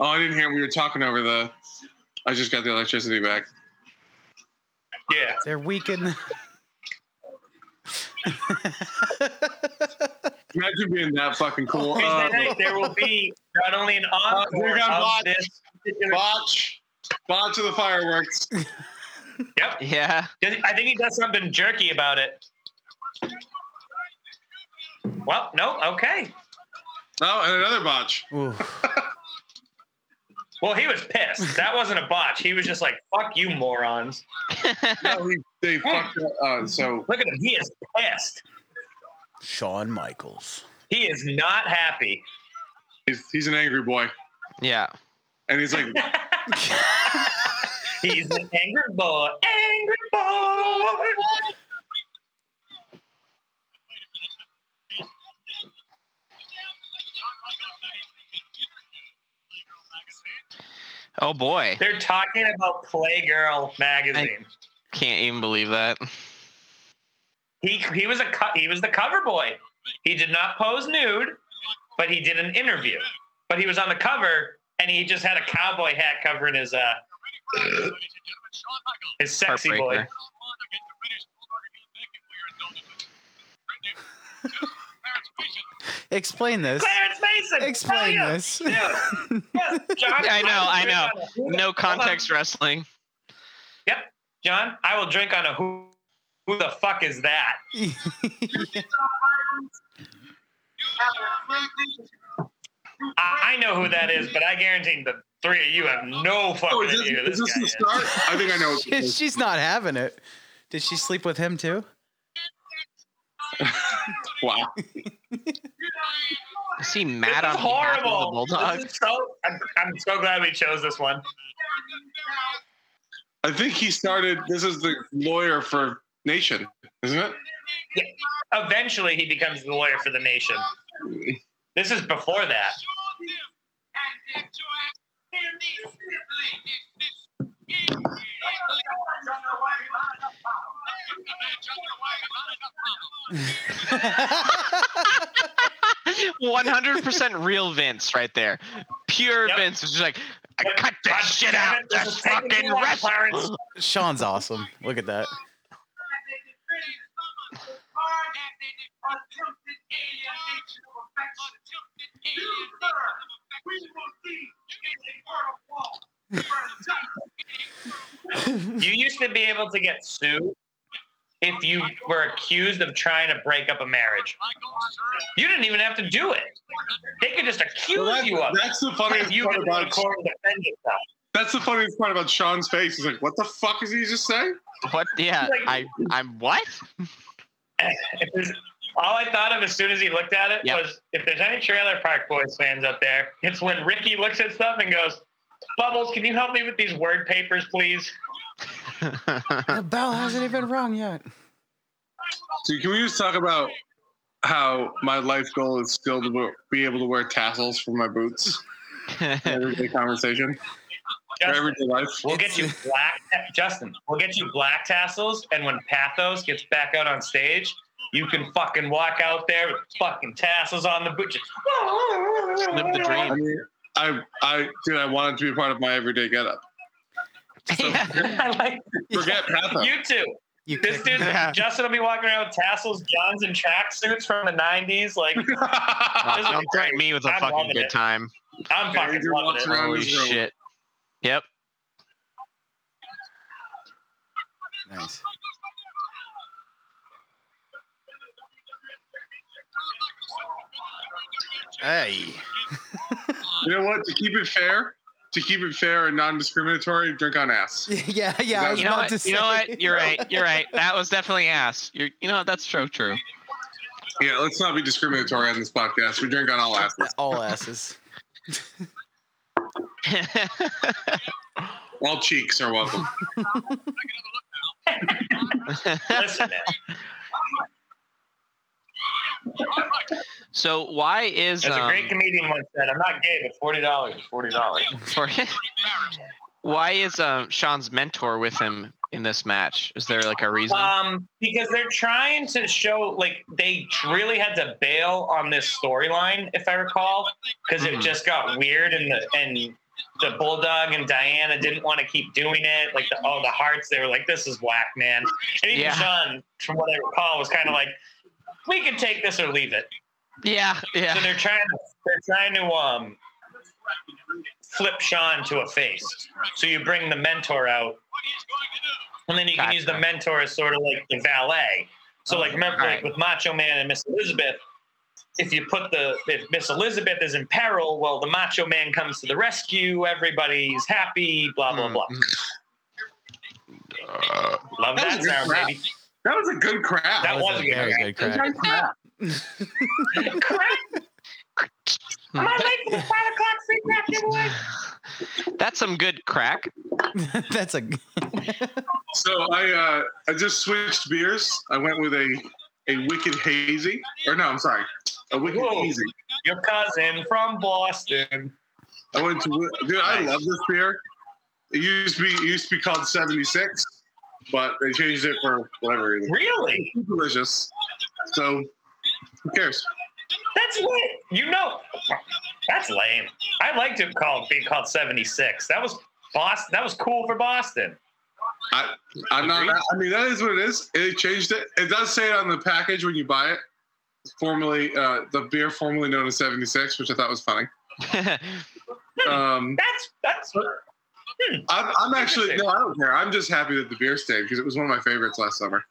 Oh, I didn't hear. We were talking over the. I just got the electricity back. Yeah. They're weak in. The- Imagine being that fucking cool. Tuesday Uh, night, there will be not only an we encore got of botched. this. botch, botch of the fireworks. Yep. Yeah. I think he does something jerky about it. Well, no, okay. Oh, and another botch. Ooh. Well, he was pissed. That wasn't a botch. He was just like, fuck you, morons. No, he, they fucked up. Uh, so Look at him. He is pissed. Shawn Michaels. He is not happy. he's, he's an angry boy, Yeah. and he's like, He's an angry boy. Angry boy. Oh boy. They're talking about Playgirl magazine. Can't even believe that. He he was a co- he was the cover boy. He did not pose nude, but he did an interview. But he was on the cover, and he just had a cowboy hat covering his uh his sexy boy. Heartbreaker. Explain this. Clarence Mason. Explain hell yeah. this. Yeah. Yes, John, I know, I know. will drink on a- No context wrestling. John, I will drink on a who. Who the fuck is that? I I know who that is, but I guarantee the three of you have no fucking "Oh, is this, idea who is this, this guy the is. start?" I think I know. What She- this is. She's not having it. Did she sleep with him too? Wow. Is he This mad is on behalf of the horrible. Bulldogs? This is so, I'm, I'm so glad we chose this one. I think he started. This is the lawyer for Nation, isn't it? Eventually, he becomes the lawyer for the nation. This is before that. One hundred percent real Vince right there. Pure Yep. Vince is just like, I Yep. cut this God shit damn out. it, this Just is taking fucking too long, Clarence. wrestle. Sean's awesome. Look at that. You used to be able to get sued if you were accused of trying to break up a marriage. You didn't even have to do it. They could just accuse Well, that- you of it. that's the If funniest you part could about record and defend yourself. that's the funniest part about Sean's face. He's like, "What the fuck is he just saying?" What? Yeah, Like- I, I'm what? If there's- All I thought of as soon as he looked at it Yep. was if there's any Trailer Park Boys fans up there, it's when Ricky looks at stuff and goes, Bubbles, can you help me with these word papers, please? The bell hasn't even rung yet. So can we just talk about how my life goal is still to wear- be able to wear tassels for my boots? Everyday conversation for Justin, everyday life. we'll get you black, Justin, we'll get you black tassels. And when Pathos gets back out on stage, you can fucking walk out there with fucking tassels on the boot. Just- Live the I dream. mean, I, I, dude, I wanted to be part of my everyday getup. Yeah. I like Forget Pathos. you too. You This kicked dude, Yeah. Justin, will be walking around with tassels, johns, and tracksuits from the '90s. Like, Wow, This Don't is threaten me with a I'm fucking loving good it. time. I'm fucking Andrew loving walks it. around Holy his room. shit. Yep. Nice. Hey. You know what? To keep it fair, to keep it fair and non-discriminatory, drink on ass. yeah, yeah. I was You know about what? to say. You know what? You're right. You're right. That was definitely ass. You're, you know what? That's so true. Yeah, let's not be discriminatory on this podcast. We drink on all asses, All asses. all cheeks are welcome. Listen, man. so why is As a um, great comedian once said, I'm not gay, but forty dollars is forty dollars. um, for why is um, Sean's mentor with him in this match? Is there like a reason? Um, because they're trying to show like they really had to bail on this storyline, if I recall, because it Mhm. just got weird and the and the bulldog and Diana didn't want to keep doing it. Like the, all the hearts, they were like, "This is whack, man." And even Yeah. Sean, from what I recall, was kind of like, "We can take this or leave it." yeah, So yeah. they're trying to they're trying to um flip Sean to a face. So you bring the mentor out, and then you can use the Gotcha. mentor as sort of like the valet. So like remember Alright. like with Macho Man and Miss Elizabeth, if you put the if Miss Elizabeth is in peril, well the Macho Man comes to the rescue. Everybody's happy. Blah blah Mm, blah. Love That was that a good sound, crap. baby. That was a good crap. That was a good that was good That crack. was a good crap. Crap. Am Hmm. I late for the five o'clock free crap giveaway? That's some good crack. That's a So I uh, I just switched beers. I went with a a wicked hazy, or no, I'm sorry, a wicked Whoa. hazy. Your cousin from Boston. I went to dude. I love this beer. It used to be it used to be called 76, but they changed it for whatever reason. Really? It's delicious. So who cares? That's lit. You know, that's lame. I liked it called being called seventy six. That was Boston. That was cool for Boston. I'm not. I mean, that is what it is. It changed it. It does say it on the package when you buy it. Formerly, uh, the beer formerly known as 76, which I thought was funny. Mm-hmm. Um, That's that's. I'm, I'm actually no, I don't care. I'm just happy that the beer stayed because it was one of my favorites last summer.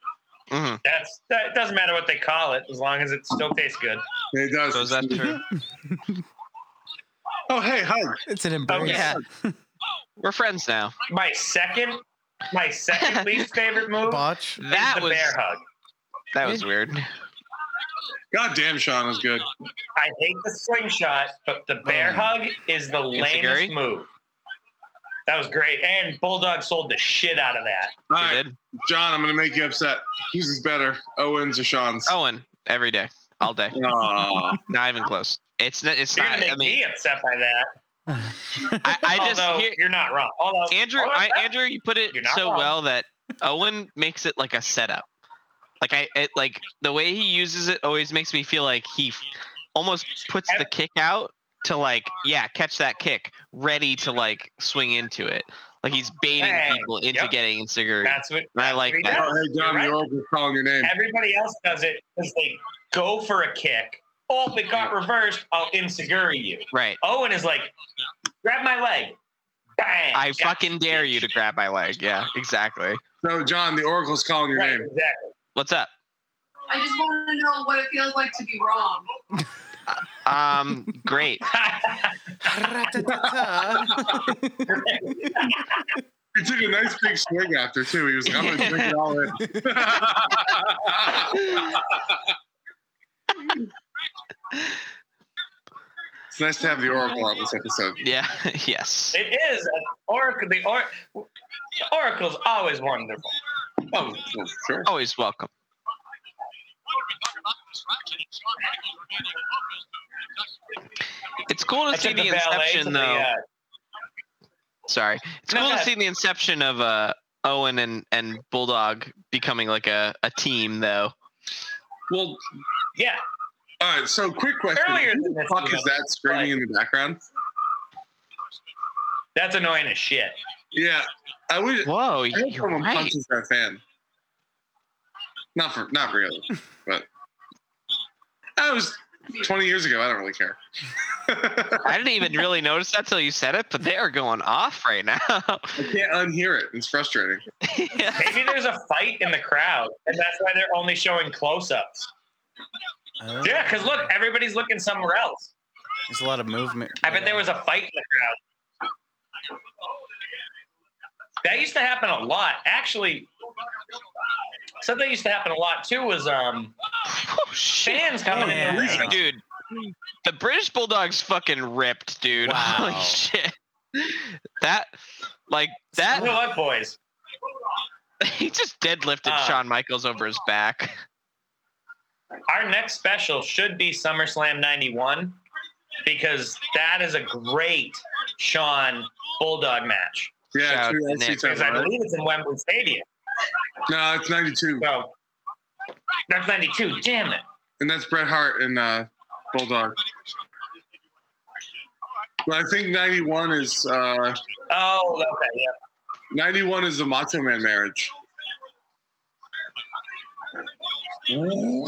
Mhm. That's that it doesn't matter what they call it as long as it still tastes good. It does. So is that true? Oh hey, hi. it's an Oh embrace. yeah, We're friends now. my second, my second least favorite move Botch. is That the was bear hug. that was weird. God damn, Sean was good. I hate the slingshot, but the bear Mm. hug is the lamest Insiguri? move. That was great, and Bulldog sold the shit out of that. All You right, did. John, I'm gonna make you upset. Whose is better, Owens or Sean's? Owen every day, all day. Aw. Not even close. It's n- it's You're not. gonna make Oh, I mean, me upset by that. I, I just Although here, you're not wrong. Although Andrew, although I, that- Andrew, you put it Oh, You're not so wrong. well that Owen makes it like a setup. Like I, it, like the way he uses it always makes me feel like he f- almost puts the kick out to like, yeah, catch that kick, ready to like swing into it. Like he's baiting Hey, people into yep. getting insecure. And that's what I like he that. does. Oh, hey John, the oracle's calling your name. Everybody else does it because they go for a kick. Oh, if it got reversed, I'll insiguri you. Right. Owen is like, grab my leg. Bang. I Got fucking dare you to grab my leg. Yeah, exactly. So John, the oracle's calling you. your Right, name. exactly. What's up? I just want to know what it feels like to be wrong. Um, great. He took a nice big swig after too. He was like, I'm gonna drink it all in. it's nice to have the oracle on this episode. Yeah. Yes. it is an oracle. The or- oracle's always wonderful. Oh, well, sure. Always welcome. It's cool to see Except the valet to inception, the, though. uh, Sorry, it's No, cool go to ahead. see the inception of uh, Owen and, and Bulldog becoming like a, a team, though. Well, yeah. all right. So, quick question: Earlier Who than the this fuck is email. that screaming in the background? That's annoying as shit. Yeah, I wish. Whoa, I hope you're someone right. punches that fan. Not for, not really, but I was 20 years ago. I don't really care. I I didn't even really notice that till you said it, but they are going off right now. can't unhear it. It's frustrating. yeah. Maybe there's a fight in the crowd, and that's why they're only showing close ups. Yeah, because look, everybody's looking somewhere else. There's a lot of movement. I bet there was a fight in the crowd. That used to happen a lot. Actually, something that used to happen a lot too was um Oh, shit. fans coming in. Yeah. and- dude. The British Bulldog's fucking ripped, dude. Holy Wow. shit. That, like that, You know what, boys? he just deadlifted Uh. Shawn Michaels over his back. Our next special should be SummerSlam 91 because that is a great Sean Bulldog match. Yeah, Shout true. out to I see Nick. Because I something. believe it's in Wembley Stadium. No, it's 92. So that's 92. Damn it. And that's Bret Hart and uh, Bulldog. But I think 91 is uh, Oh, okay. Yeah. 91 is the Macho Man marriage. We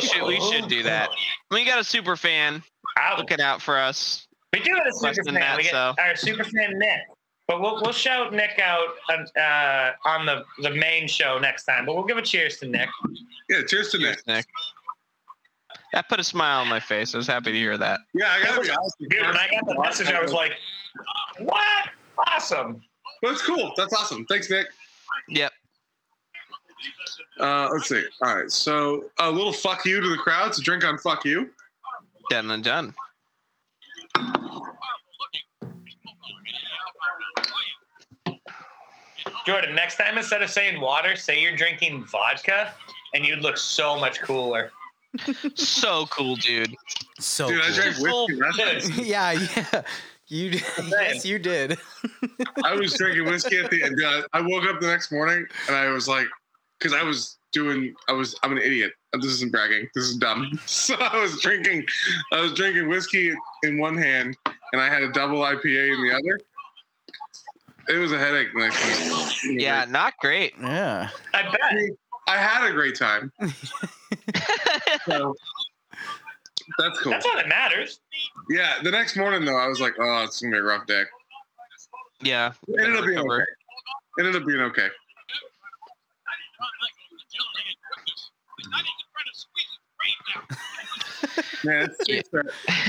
should, we should do that. We got a super fan Ouch. looking out for us. We do have a Less super than fan. that, we get so. our super fan Nick, but we'll we'll shout Nick out on, uh, on the the main show next time. But we'll give a cheers to Nick. Yeah, cheers to Nick. Cheers, Nick. That put a smile on my face. I was happy to hear that. Yeah, I gotta be honest. with you. Dude, when I got the message, I was like, "What? Awesome!" That's cool. That's awesome. Thanks, Nick. Yep. Uh, let's see. All right. So a little fuck you to the crowd. It's a drink on fuck you. Done and done. Jordan, next time instead of saying water, say you're drinking vodka, and you'd look so much cooler. So cool, dude. Oh, So Dude, I cool. drank Cool. whiskey. That's yeah, yeah. You did. yes, you did. I was drinking whiskey at the end. Uh, I woke up the next morning and I was like, because I was doing, I was, I'm an idiot. This isn't bragging. This is dumb. So I was drinking, I was drinking whiskey in one hand and I had a double IPA in the other. It was a headache. the next day. Yeah, not great. Yeah. I bet. I had a great time. So that's cool. That's all that matters. Yeah. The next morning though, I was like, oh, it's gonna be a rough day. Yeah. It ended up being Recover. okay. It ended up being okay. Yeah, it's, it's oh,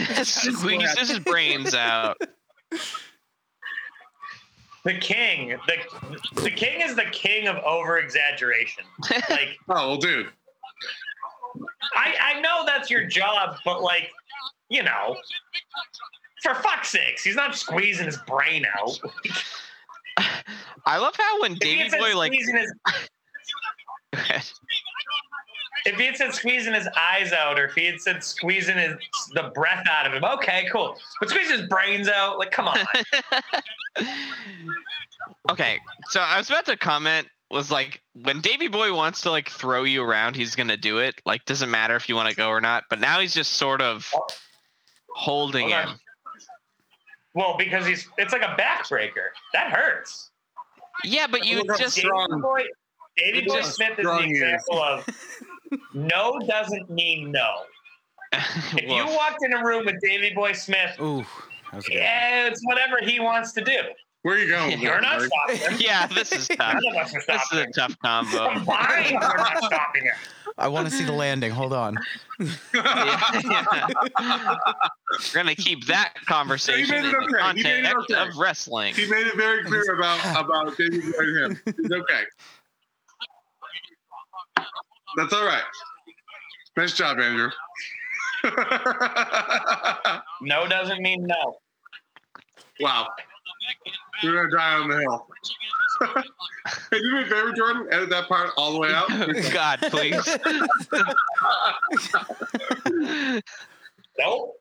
fair. Squeeze his brains out. The king, the the king is the king of over exaggeration. Like oh well, dude. I, I know that's your job, but like, you know, for fuck's sakes, he's not squeezing his brain out. I love how when If he had Davy said Boy like squeezing his, if he had said squeezing his eyes out, or if he had said squeezing his the breath out of him, okay, cool. But squeezing his brains out, like, come on. Okay, so I was about to comment was like when Davy Boy wants to like throw you around, he's gonna do it. Like doesn't matter if you want to go or not. But now he's just sort of holding Hold on. him. well, because he's it's like a backbreaker. That hurts. Yeah, but you Look how just strong- Davy Boy, Davy Look Boy how Smith is the strong he is. example of no doesn't mean no. If you Woof. walked in a room with Davy Boy Smith, Ooh. That was a good one. yeah, it's whatever he wants to do. Where are you going? with You're that, not Mark? stopping him. yeah, this is tough. None of us are this is stopping a him. tough combo. Combined, we're not stopping him. I want to see the landing. Hold on. Yeah, yeah. We're gonna keep that conversation in made it the okay. You made it context okay. of wrestling. He made it very clear about about David and him. It's okay. That's all right. Nice job, Andrew. No doesn't mean no. wow. You're gonna die on the hill. hey, do me a favor, Jordan. Edit that part all the way out. God, please. Nope.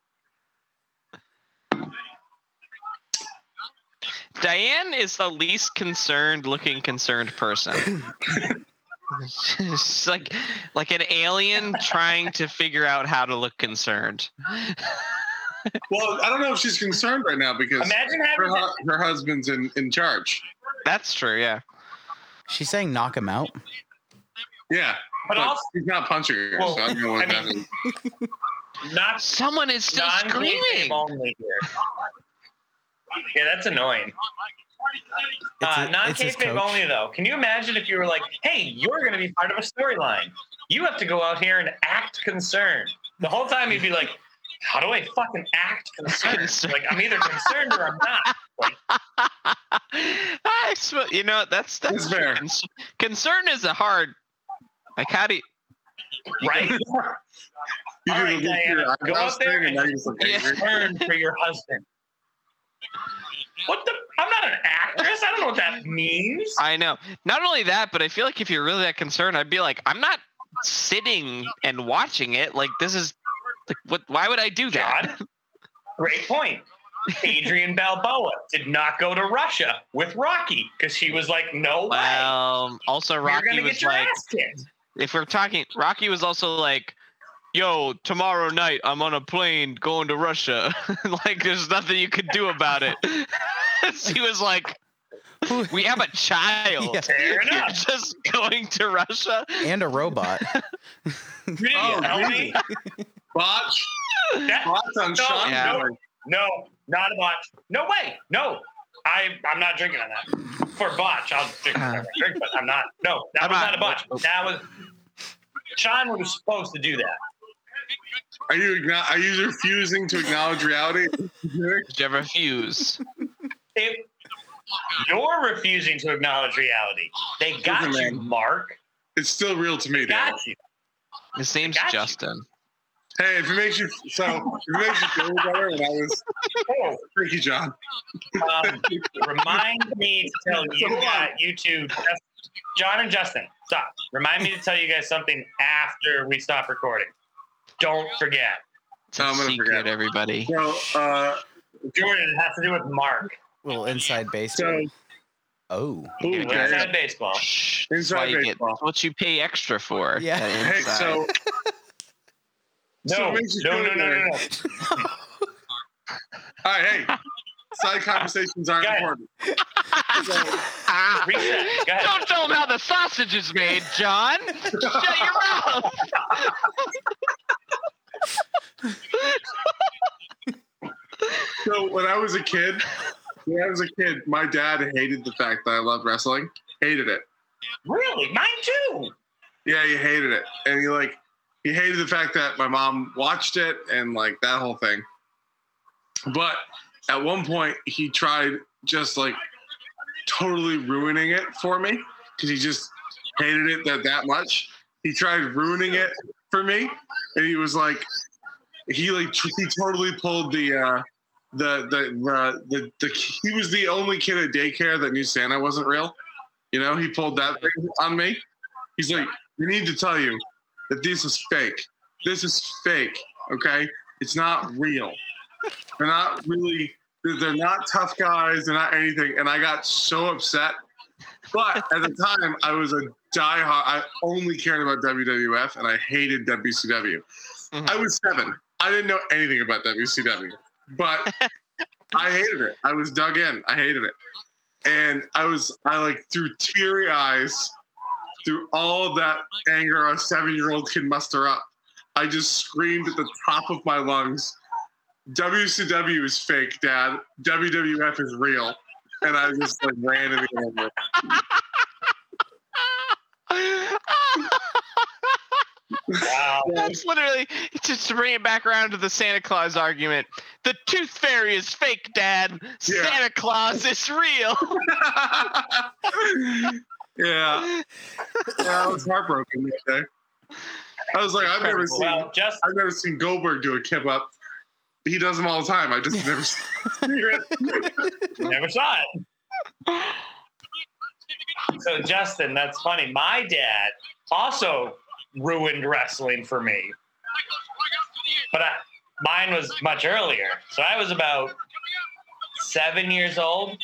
Diane is the least concerned looking concerned person. She's like like an alien trying to figure out how to look concerned. Well, I don't know if she's concerned right now because Imagine her, having hu- her husband's in, in charge. That's true, yeah. She's saying knock him out. Yeah, but also he's not punching her. Well, so I don't know I what mean- that is. not Someone is still non screaming. only here. Yeah, that's annoying. It's Uh, a- non it's his kayfabe coach. only though. Can you imagine if you were like, "Hey, you're going to be part of a storyline. You have to go out here and act concerned." The whole time you'd be like, "How do I fucking act concerned? Concerned. Like I'm either concerned or I'm not." Like, I sw- you know that's that's It's fair. cons- concern is a hard. Like how do you, right? You All do right, the look Diana, your go eyebrows out there thing, and now and- you're just like, Yeah. Turn for your husband. What the? I'm not an actress. I don't know what that means. I know. Not only that, but I feel like if you're really that concerned, I'd be like, I'm not sitting and watching it. Like this is like what? Why would I do that? God, great point. Adrian Balboa did not go to Russia with Rocky because he was like, no way. Um. Also, You're Rocky gonna was get your like, ass kicked. if we're talking, Rocky was also like, "Yo, tomorrow night I'm on a plane going to Russia. like, there's nothing you could do about it." he was like, Who- "We have a child. Yeah. Fair You're enough. just going to Russia." and a robot. You didn't Oh, tell really? me. botch, That- botch on No, Sean. yeah. Boy. no, not a botch. No way. No. I, I'm not drinking on that. For botch, I'll drink, whatever I drink but I'm not. No, that I'm was not. not a botch. That was. Sean was supposed to do that. Are you igno- are you refusing to acknowledge reality? Did you ever fuse? It, you're refusing to acknowledge reality. They got Listen, you, Mark. It's still real to me, Dad. Got you. His name's Got you. Justin. Hey, if it makes you so, if it makes you feel better, when I was Oh, Freaky John, um, remind me to tell you Come on. guys, you two, Jus- John and Justin, stop. Remind me to tell you guys something after we stop recording. Don't forget. It's a I'm gonna secret, forget. everybody. so uh, Jordan, it has to do with Mark. Little inside baseball. so Oh. ooh, Okay. Dad. Inside baseball. Shh, that's Inside why you get baseball. that's what you pay extra for. Yeah. that Hey, inside. so So No, it makes you no, no, feel no, no, no. all right, hey, side conversations aren't Guys. important. Ah. Reset. Go ahead. Don't tell him how the sausage is made, John. Shut your mouth. So when I was a kid, when I was a kid, my dad hated the fact that I loved wrestling. Hated it. Really? Mine too. Yeah, he hated it, and he like he hated the fact that my mom watched it and like that whole thing. But at one point, he tried just like totally ruining it for me because he just hated it that that much. He tried ruining it for me, and he was like, he like t- he totally pulled the. uh the the, the the the he was the only kid at daycare that knew Santa wasn't real. You know, he pulled that thing on me. He's like, we need to tell you that this is fake. This is fake. Okay, it's not real. They're not really. They're they're not tough guys. They're not anything. And I got so upset. But at the time, I was a diehard. I only cared about WWF, and I hated WCW. Mhm. I was seven. I didn't know anything about WCW, but I hated it. I was dug in. I hated it, and I was I like through teary eyes, through all that anger a seven year old can muster up. I just screamed at the top of my lungs. WCW is fake, Dad. WWF is real, and I just like ran to the end. of it. Wow. That's literally just to bring it back around to the Santa Claus argument. The tooth fairy is fake, Dad. Yeah. Santa Claus is real. yeah, I was heartbroken that day. I was like, I've never seen, Well, just I've never seen Goldberg do a kip up. He does them all the time. I just never see it. never saw it. So Justin, that's funny. My dad also ruined wrestling for me, but I, mine was much earlier. So I was about seven years old,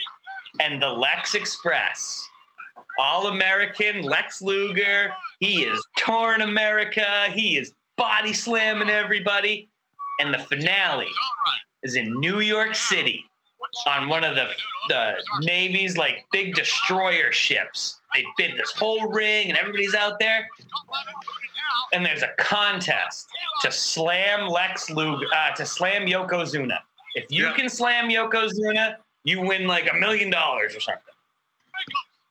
and the Lex Express, all American Lex Luger. He is torn America. He is body slamming everybody, and the finale is in New York City on one of the the Navy's like big destroyer ships. They bid this whole ring, and everybody's out there. And there's a contest to slam Lex Luger, uh, to slam Yokozuna. If you Yeah. can slam Yokozuna, you win like a million dollars or something.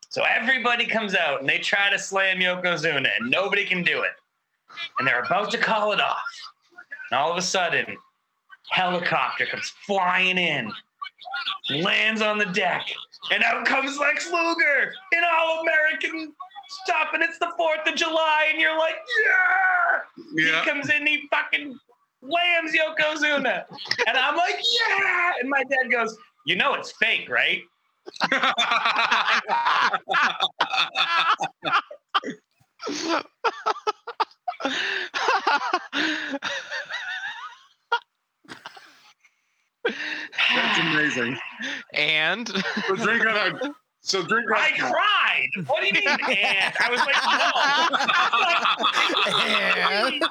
So everybody comes out and they try to slam Yokozuna, and nobody can do it. And they're about to call it off. And all of a sudden, helicopter comes flying in lands on the deck, and out comes Lex Luger in all American stuff, and it's the 4th of July, and you're like, yeah! Yeah. He comes in, he fucking slams Yokozuna. And I'm like, yeah. And my dad goes, you know it's fake, right? That's amazing. and So drink on a so drink on I cried. What do you mean? And I was like, no. And-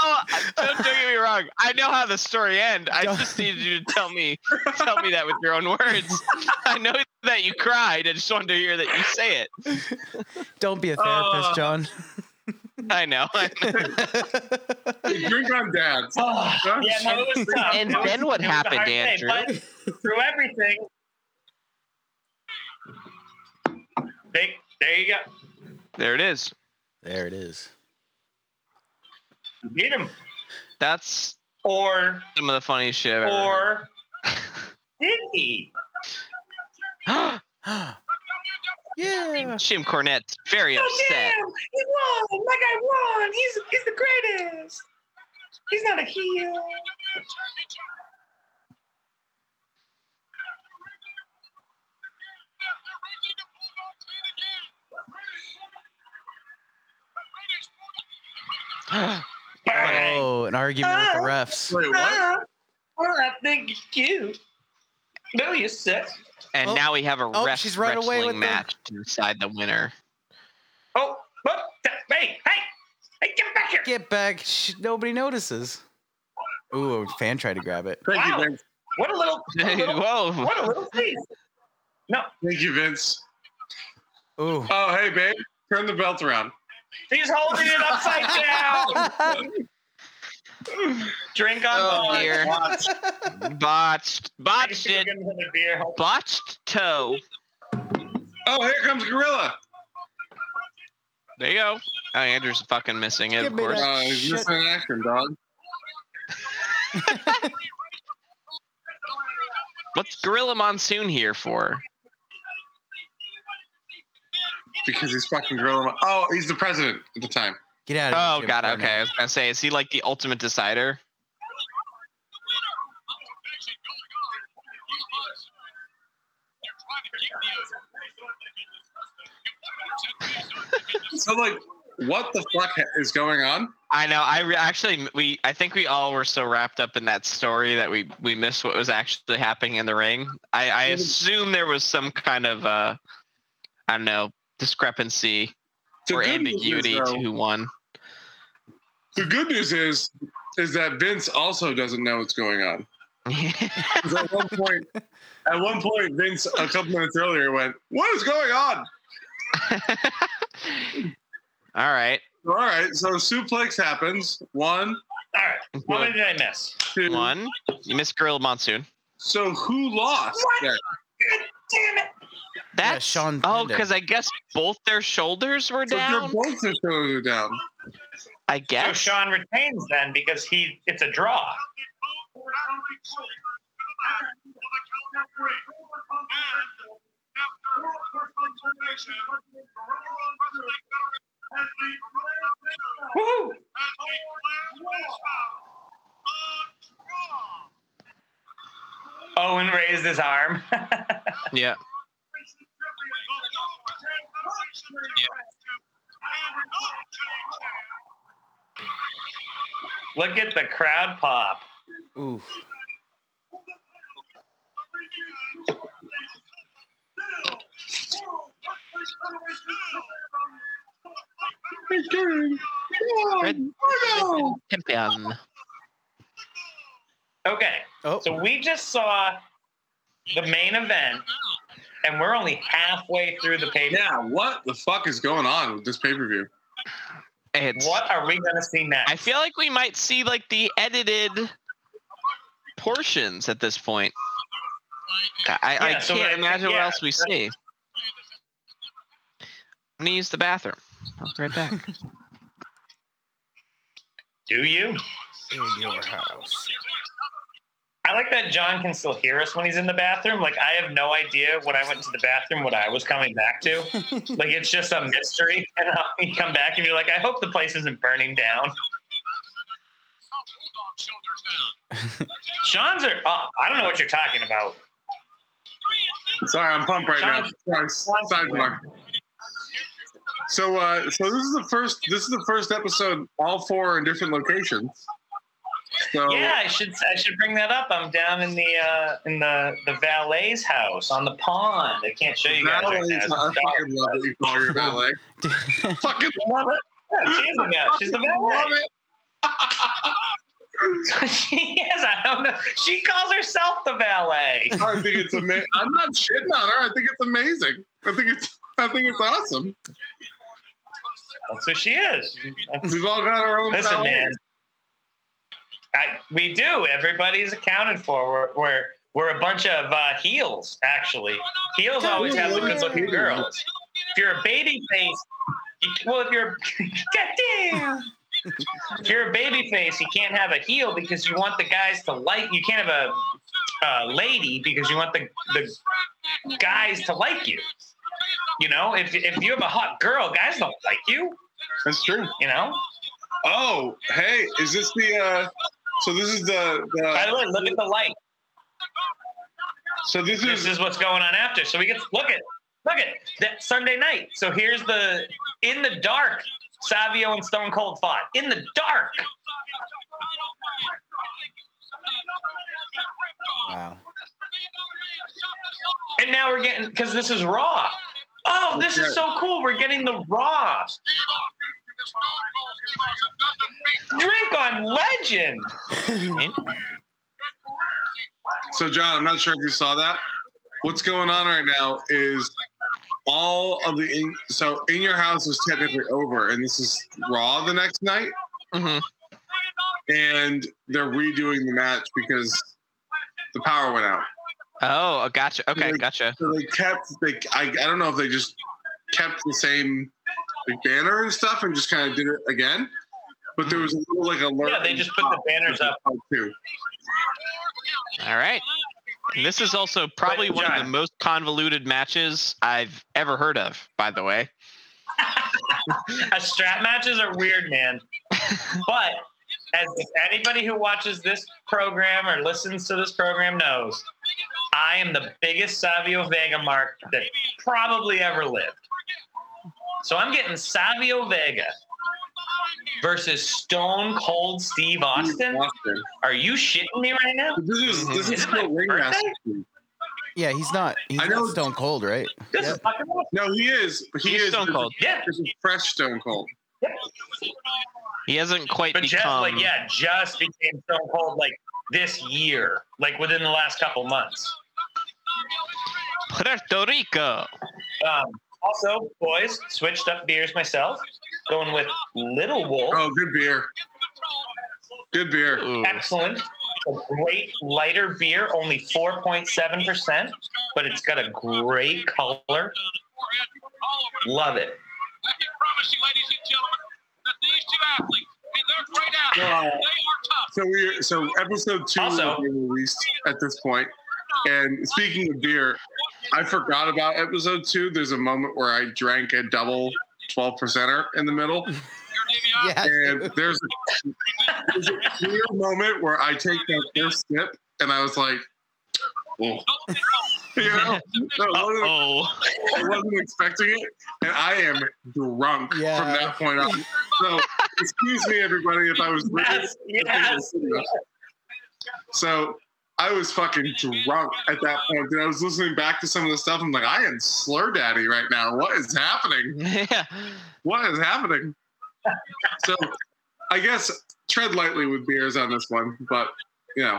oh, don't, don't get me wrong. I know how the story ends. I Don't- just needed you to tell me, tell me that with your own words. I know that you cried. I just wanted to hear that you say it. Don't be a therapist, Oh. John. I know. I know. drink on dads. Oh, yeah, no, it was tough. And It was- then what it was a hard happened, day, Andrew? but through everything. They, there you go. There it is. There it is. You Beat him. That's Or, some of the funniest shit. I've ever heard. or did he? yeah. Jim Cornette's very upset. Oh, He won! My guy won! He's he's the greatest! He's not a heel. Oh, an argument with the refs. Wait, what? Well, I think it's cute. No, you suck. and Oh. now we have a Oh, ref she's right away wrestling with the- match to decide the winner. Oh, oh, th- hey, hey, hey, get back here! Get back. Sh- nobody notices. Ooh, a fan tried to grab it. Thank Wow. you, Vince. What a little, what a little, Whoa! what a little tease. No, Thank you, Vince. Ooh. Oh, hey, babe. Turn the belt around. he's holding it upside down. Drink on Oh board. dear! Botched, I just botched give it, him another beer. botched toe. Oh, here comes Gorilla. There you go. Oh, Andrew's fucking missing it, of Give me course. that. Uh, he's Shit. missing an action, dog. What's Gorilla Monsoon here for? Because he's fucking Gorilla. Oh, he's the president at the time. Get out of Oh here. Jim god, Cornette. okay. I was gonna say, is he like the ultimate decider? So, like, what the fuck ha- is going on? I know. I re- actually, we, I think we all were so wrapped up in that story that we we missed what was actually happening in the ring. I, I assume there was some kind of, uh, I don't know, discrepancy The or good news is, ambiguity though, to who won. The good news is, is that Vince also doesn't know what's going on. 'Cause at one point, at one point, Vince a couple minutes earlier went, "What is going on?" all right. All right, so suplex happens. One, All right, what did I miss? two. One, you missed Gorilla Monsoon. So who lost? What? there? Damn it! That's Sean Oh, Pender. because I guess both their shoulders were So down. they're both their shoulders are down. I So guess. Sean retains then because he it's a draw. Woohoo! Owen raised his arm. Yeah. Look at the crowd pop. Ooh. Red- Champion. Okay, Oh. so we just saw the main event, and we're only halfway through the paper. Yeah, what the fuck is going on with this pay per view? It's, What are we gonna see next? I feel like we might see like the edited portions at this point. I, I Yeah, so can't I think- imagine what yeah, else we see. I'm gonna use the bathroom. I'll be right back. Do you? In your house. I like that John can still hear us when he's in the bathroom. Like I have no idea when I went to the bathroom what I was coming back to. Like it's just a mystery. And uh, you come back and you're like, I hope the place isn't burning down. Sean's are. Uh, I don't know what you're talking about. Sorry, I'm pumped right now. Sorry, sidebar. So, uh, so this is the first. This is the first episode. All four are in different locations. So, Yeah, I should I should bring that up. I'm down in the uh, in the the valet's house on the pond. I can't show you guys. valet, Right now. I It's dark. fucking love that you call her valet. fucking Love it. Yeah, she's the gal. She's the valet. love it. she is. I don't know. She calls herself the valet. I think it's amazing. I'm not shitting on her. I think it's amazing. I think it's. I think it's awesome. That's who she is. We've all got our own. Listen, valet. man. I, we do. Everybody's accounted for. We're we're, we're a bunch of uh, heels, actually. Heels always have the good-looking girls. If you're a baby face, you, well, if you're goddamn, if you're a baby face, you can't have a heel because you want the guys to like. You can't have a uh, lady because you want the the guys to like you. You know, if if you have a hot girl, guys don't like you. That's true. You know. Oh, hey, is this the? uh So this is the. By the the way, look at the light. so this this is. is what's going on after. So we get look at look at that Sunday night. So here's the in the dark. Savio and Stone Cold fought in the dark. Wow. And now we're getting because this is Raw. Oh, this is so cool. We're getting the Raw drink on Legend. So John, I'm not sure if you saw that. What's going on right now is all of the in, so in your house is technically over, and this is Raw the next night, Mhm. and they're redoing the match because the power went out. Oh, gotcha. Okay, Yeah. gotcha. So they kept they I, I don't know if they just kept the same like, banner and stuff and just kind of did it again, but there was a little like alert. Yeah, they just put the banners up. too. All right. This is also probably one of the John. most convoluted matches I've ever heard of, by the way. Uh, strap matches are weird, man. But as anybody who watches this program or listens to this program knows, I am the biggest Savio Vega mark that probably ever lived. So I'm getting Savio Vega versus Stone Cold Steve Austin. Austin. Are you shitting me right now? This is this is Is it my still ring birthday? wrestling. Yeah, he's not. He's I know- not Stone Cold, right? This is fucking awesome. No, he is. He He's is Stone Cold. yeah. This is fresh Stone Cold. He hasn't quite But Jeff, become. like, yeah, just became Stone Cold like this year, like within the last couple months. Puerto Rico. Um, also, boys, switched up beers myself, going with Little Wolf. Oh, good beer. Good beer. Ooh. Excellent. A great lighter beer, only 4.7%, but it's got a great color. Love it. I can promise you, ladies and gentlemen, that these two athletes, and they're great athletes, Wow. they are tough. So we so episode two Also- will be released at this point. And speaking of beer, I forgot about episode two. There's a moment where I drank a double 12 percenter in the middle. Your DVI Yeah. And there's a, there's a clear moment where I take that first sip and I was like, oh. you know, no, it wasn't- Oh. I wasn't expecting it, and I am drunk Yeah. from that point on. So, excuse me, everybody, if I was Yes, yes. so I was fucking drunk at that point. And I was listening back to some of the stuff. I'm like, I am slur daddy right now. What is happening? yeah. What is happening? So, I guess tread lightly with beers on this one, but you know,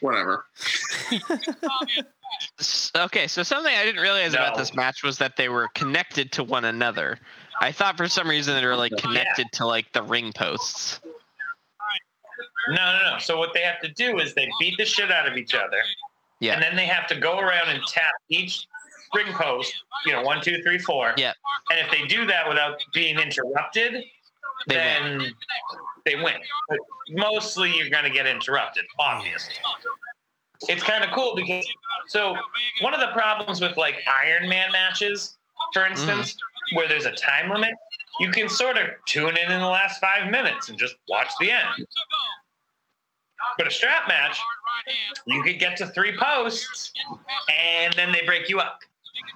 whatever. S- Okay, so something I didn't realize No. about this match was that they were connected to one another. I thought for some reason they were like connected to like the ring posts. No, no, no. So what they have to do is they beat the shit out of each other. Yeah. And then they have to go around and tap each ring post, you know, one, two, three, four. Yeah. And if they do that without being interrupted, They then they win. But mostly you're going to get interrupted, obviously. it's kind of cool because so one of the problems with like Iron Man matches, for instance, where there's a time limit, you can sort of tune in in the last five minutes and just watch the end. But a strap match, you could get to three posts and then they break you up.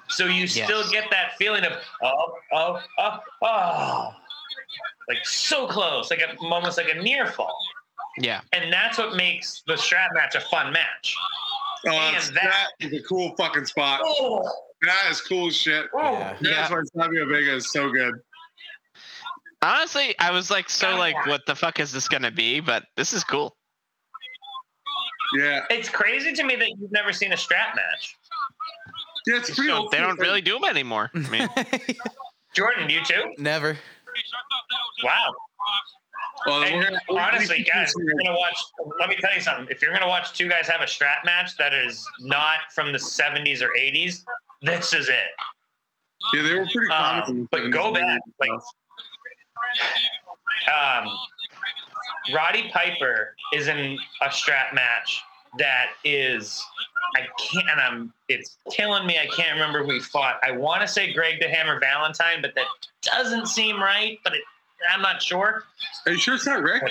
So you still Yes. get that feeling of oh oh oh oh, like so close, like a, almost like a near fall, Yeah. and that's what makes the strap match a fun match. Oh, And that's- that that- is a cool fucking spot. That is cool as shit. Yeah. That's why Savio Vega is so good. Honestly, I was like, so like, what the fuck is this gonna be? But this is cool. Yeah, It's crazy to me that you've never seen a strap match. yeah, it's pretty. So old they don't school. really do them anymore. I mean, Jordan, you too? Never. Wow. Well, And we're gonna- we're gonna honestly, keep guys, this you're gonna watch. Let me tell you something. If you're gonna watch two guys have a strap match that is not from the '70s or '80s, this is it. Yeah, they were pretty Um, common. but go back, like- Um, Roddy Piper is in a strap match that is I can't and I'm it's killing me. I can't remember who he fought. I want to say Greg the Hammer Valentine, but that doesn't seem right. But it, I'm not sure. are you sure it's not Rick?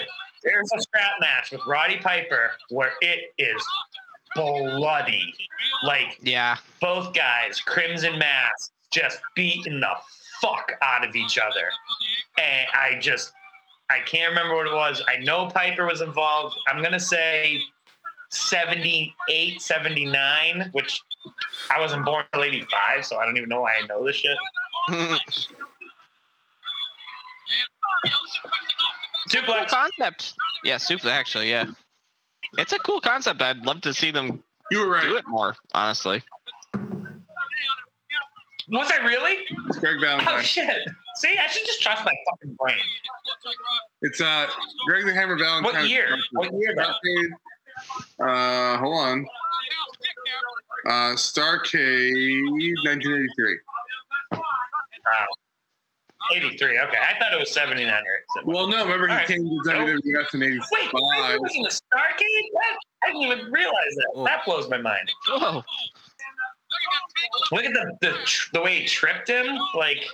There's a strap match with Roddy Piper where it is bloody. Like yeah. both guys, Crimson Mask, just beating the fuck out of each other. And I just, I can't remember what it was. I know Piper was involved. I'm going to say 78, 79, which I wasn't born until 85, so I don't even know why I know this shit. cool Suplex. concept. Yeah, super actually, yeah. It's a cool concept. I'd love to see them You were do right. it more, honestly. Was I really? It's Greg Oh, Valentine. shit. See, I should just trust my fucking brain. It's uh, Greg the Hammer Valentine. What year? What year, though? Starcade. Uh, hold on. Uh, Starcade, 1983. Wow. 83. Okay. I thought it was 79 or 79. Well, no, remember he All right. came to WWF in Wait, Greg '85. was in the Starcade? That, I didn't even realize that. Oh. That blows my mind. Whoa. Look at the the, tr- the way he tripped him. Like,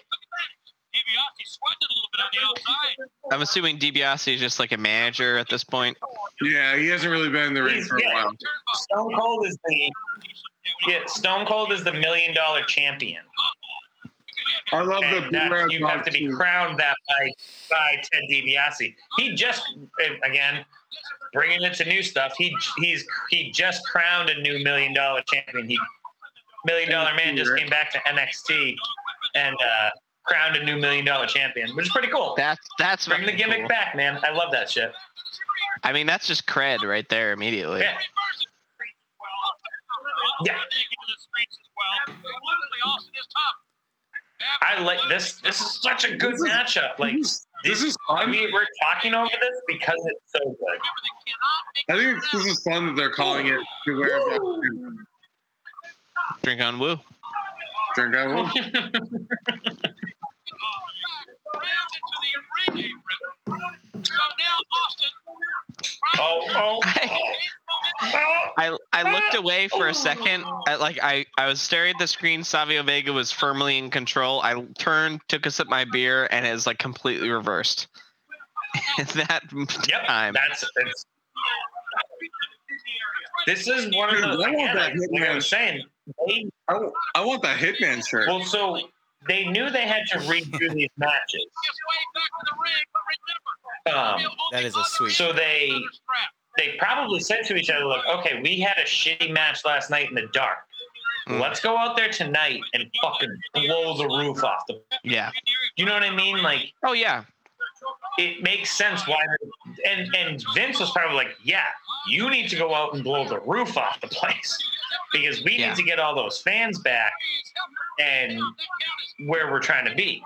I'm assuming DiBiase is just like a manager at this point. Yeah, he hasn't really been in the ring He's for a gay. while. Stone Cold is the yeah, Stone Cold is the million dollar champion, I love the and Blu-ray that, you have to be box. crowned that by by Ted DiBiase. He just and again bringing it to new stuff. He he's he just crowned a new million dollar champion. He million dollar man just came back to NXT and uh, crowned a new million dollar champion, which is pretty cool. That's that's Bring the fucking gimmick cool. back, man. I love that shit. I mean, that's just cred right there immediately. Yeah. Yeah. I like this. This is such a good This is- matchup. Like This this is I fun. mean, we're talking over this because it's so good. I think this is fun that they're calling it Beware of Valentine. Drink on Woo. Drink that one. Oh, oh, oh. I I looked away for a second. I, like I I was staring at the screen. Savio Vega was firmly in control. I turned, took a sip of my beer, and it was like completely reversed. At that Yep, time. that's it's. This is one of Dude, those. I want Again, that like I Hitman. was saying, they, I, w- I want that Hitman shirt. well, so they knew they had to redo these matches. Um, That is a sweet. so they they probably said to each other, "Look, okay, we had a shitty match last night in the dark. Mm. Let's go out there tonight and fucking blow the roof off the. yeah. You know what I mean? Like Oh yeah. it makes sense why. they- And and Vince was probably like, "Yeah, you need to go out and blow the roof off the place because we Yeah. need to get all those fans back and where we're trying to be."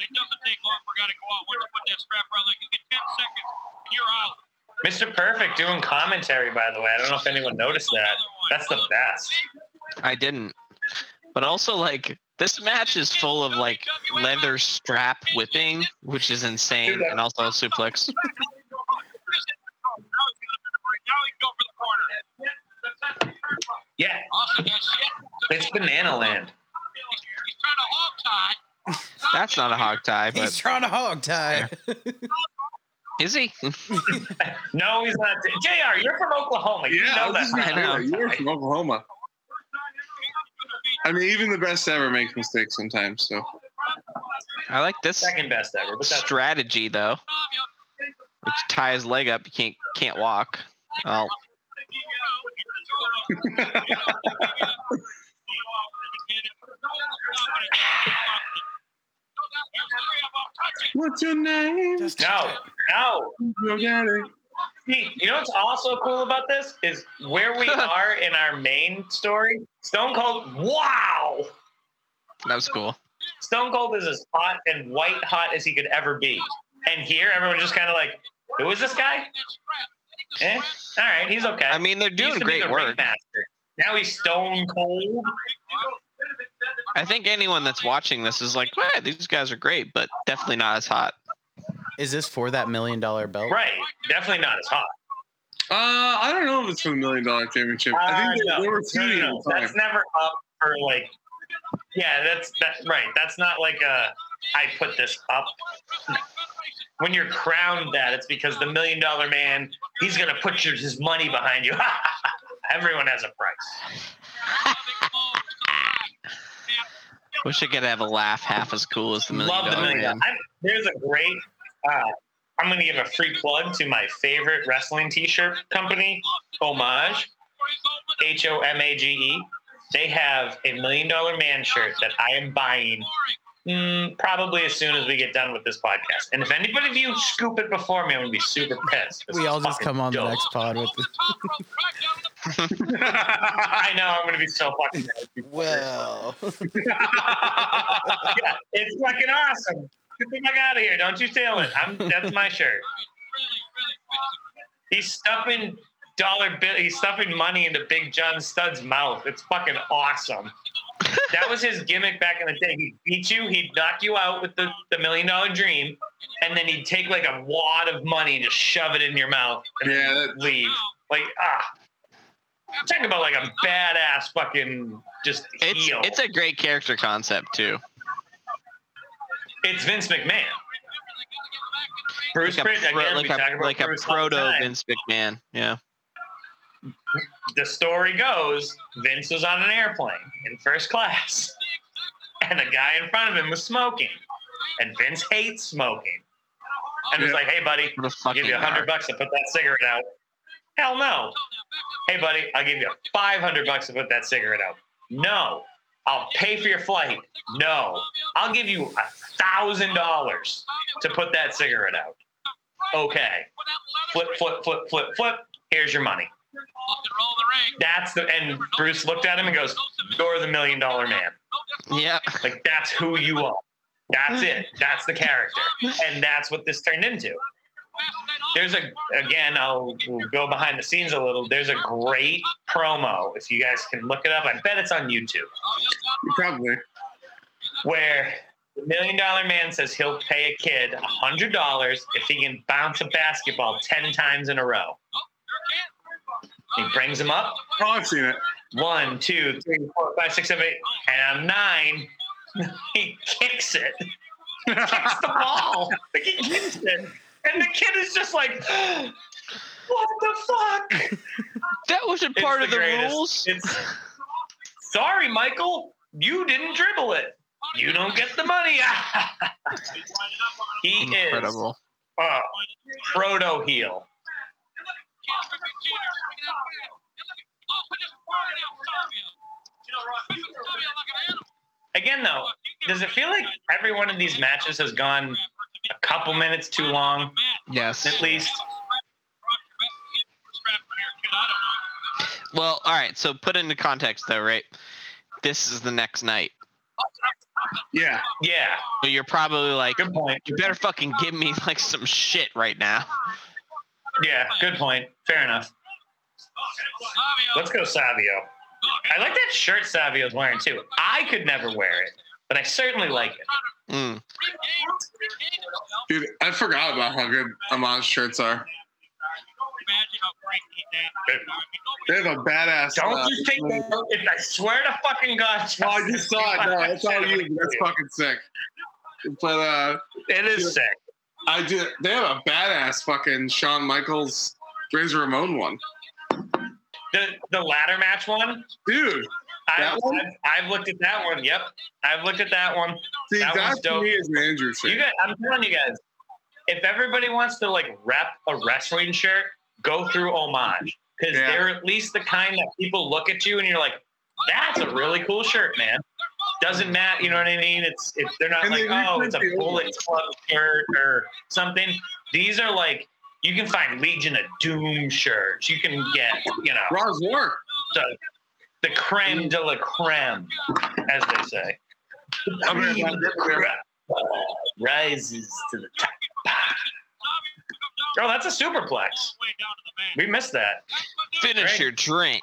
It doesn't take long for a guy to go out once you put that strap around. Like you get 10 seconds, and you're out. Mr. Perfect doing commentary, by the way. I don't know if anyone noticed that. That's the best. I didn't. But also like this match is full of like leather strap whipping, which is insane, and also suplex. Austin has shit. It's Banana Land. He's, he's trying to hog tie. That's not a hog tie, He's but trying to hog tie. is he? No, he's not. Jr. You're from Oklahoma. You Yeah, I know was that's just not. gonna I know. say that. You're from Oklahoma. I mean, even the best ever makes mistakes sometimes. So I like this Second best ever, but that's strategy though. Which tie his leg up, he can't can't walk. Well, what's your name? Just- no, no. You got it. Pete, You know what's also cool about this is where we are in our main story. Stone Cold, wow! that was cool. Stone Cold is as hot and white hot as he could ever be. And here, everyone's just kind of like, who is this guy? Eh, all right, he's okay. I mean, they're He used doing to be great the work. ringmaster. Now he's Stone Cold. I think anyone that's watching this is like, "Wow, these guys are great, but definitely not as hot." Is this for that million dollar belt? Right, definitely not as hot. Uh, I don't know if it's for the million dollar championship. I think Uh, they, no, they were no, feuding no, at no. the time. That's never up for like, yeah, that's that's right. That's not like a, I put this up. When you're crowned that, it's because the million dollar man, he's going to put your, his money behind you. Everyone has a price. Wish I could have a laugh half as cool as the million Love dollar the million man. dollar. I'm, there's a great, uh, I'm going to give a free plug to my favorite wrestling t shirt company, Homage. H O M A G E. They have a million dollar man shirt that I am buying mm, probably as soon as we get done with this podcast. And if anybody of you scoop it before me, I'm gonna be super pissed. This We all is just fucking come on the dope. next pod with. I know I'm gonna be so fucking. mad. Well, yeah, it's fucking awesome. Get the fuck out of here! Don't you steal it. I'm that's my shirt. He's stuffing dollar bill. He's stuffing money into Big John Stud's mouth. It's fucking awesome. that was his gimmick back in the day. He'd beat you. He'd knock you out with the, the million dollar dream, and then he'd take like a wad of money and just shove it in your mouth and Yeah, then that- leave. Like ah, talking about like a badass fucking just It's heel. it's a great character concept too. it's Vince McMahon. Bruce Like Pritch, a, pro- again, we like talk a, about like a Bruce all the proto time. Vince McMahon. Yeah. the story goes Vince was on an airplane in first class, and the guy in front of him was smoking, and Vince hates smoking, and was Yeah. like, "Hey, buddy, What a I'll fucking give you a hundred narc. bucks to put that cigarette out." Hell no. Hey, buddy, I'll give you five hundred bucks to put that cigarette out. No. I'll pay for your flight. No. I'll give you a thousand dollars to put that cigarette out. Okay. Flip, flip, flip, flip, flip. Here's your money. That's the and Bruce looked at him and goes, "You're the million dollar man. Yeah. Like that's who you are. That's it. That's the character, and that's what this turned into." There's a again, I'll we'll go behind the scenes a little. There's a great promo if you guys can look it up. I bet it's on YouTube Oh, Probably. where the million dollar man says he'll pay a kid hundred dollars if he can bounce a basketball ten times in a row. He brings him up, Oh, I've seen it. one, two, three, four, five, six, seven, eight, and I'm nine. He kicks it. Kicks the ball. Like, he kicks it. And the kid is just like, what the fuck? That wasn't part It's of the greatest. rules. It's, sorry, Michael, you didn't dribble it. You don't get the money. he Incredible. is uh, proto heel. Again, though, does it feel like every one of these matches has gone a couple minutes too long, Yes. at least? Well, all right. So put into context though, right? This is the next night. Yeah. Yeah, So you're probably like, good point. you better fucking give me like some shit right now. Yeah, good point. Fair enough. Let's go, Savio. I like that shirt Savio's wearing too. I could never wear it, but I certainly like it. Mm. Dude, I forgot about how good Amon's shirts are. You know, I mean, nobody- They have a badass. Don't uh, you take that. out. If I swear to fucking God. Oh, I just saw it. No, that's all you. That's fucking sick. But uh, It is sick. I did. They have a badass fucking Shawn Michaels, Razor Ramon one, The the ladder match one. dude. That I've, one? I've, I've looked at that one. Yep, I've looked at that one. See, That that one's to dope. me is an Andrew You thing. guys, I'm telling you guys, if everybody wants to like rep a wrestling shirt, go through homage because Yeah. they're at least the kind that people look at you and you're like, that's a really cool shirt, man. Doesn't matter, you know what I mean? It's it's they're not And they like oh, it's a reprint the old Bullet Club shirt or something. These are like you can find Legion of Doom shirts. You can get you know Raw's War. the, the creme de la creme, as they say. I mean, Cream of the crop rises to the top. Tommy, come down Oh, that's a superplex. all the way down to the man. We missed that. That's what they're Finish Right. your drink.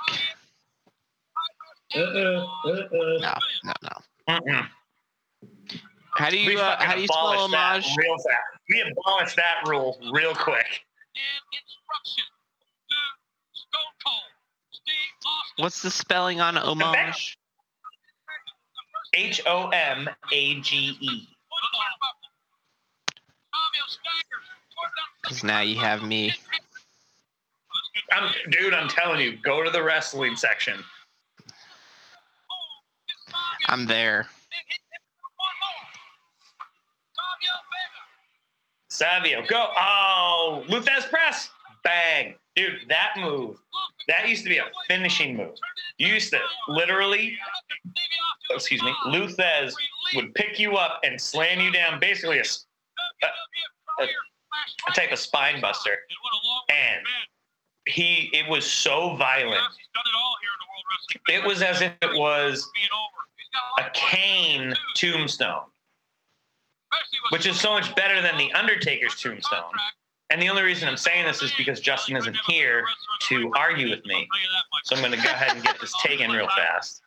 Uh-uh, No, no, no. uh-uh. How do We you uh, fucking how do you spell abolished that homage? real fast. We abolished that rule real quick. in instruction to Stone Cold Steve Austin. What's the spelling on homage? H O M A G E. One time up. Tommy Stagger toward that Because now you have me. I'm, dude, I'm telling you, go to the wrestling section. his Tommy I'm there. and hit him one more. Tommy Savio, Vega. go. Oh, Luthes press. Bang. Dude, that move, that used to be a finishing move. You used to literally, excuse me, Luthes would pick you up and slam you down, basically a, s- a type of spine buster. And he, it was so violent. It was as if it was a cane tombstone, which is so much better than the Undertaker's tombstone. And the only reason I'm saying this is because Justin isn't here to argue with me. So I'm going to go ahead and get this taken real fast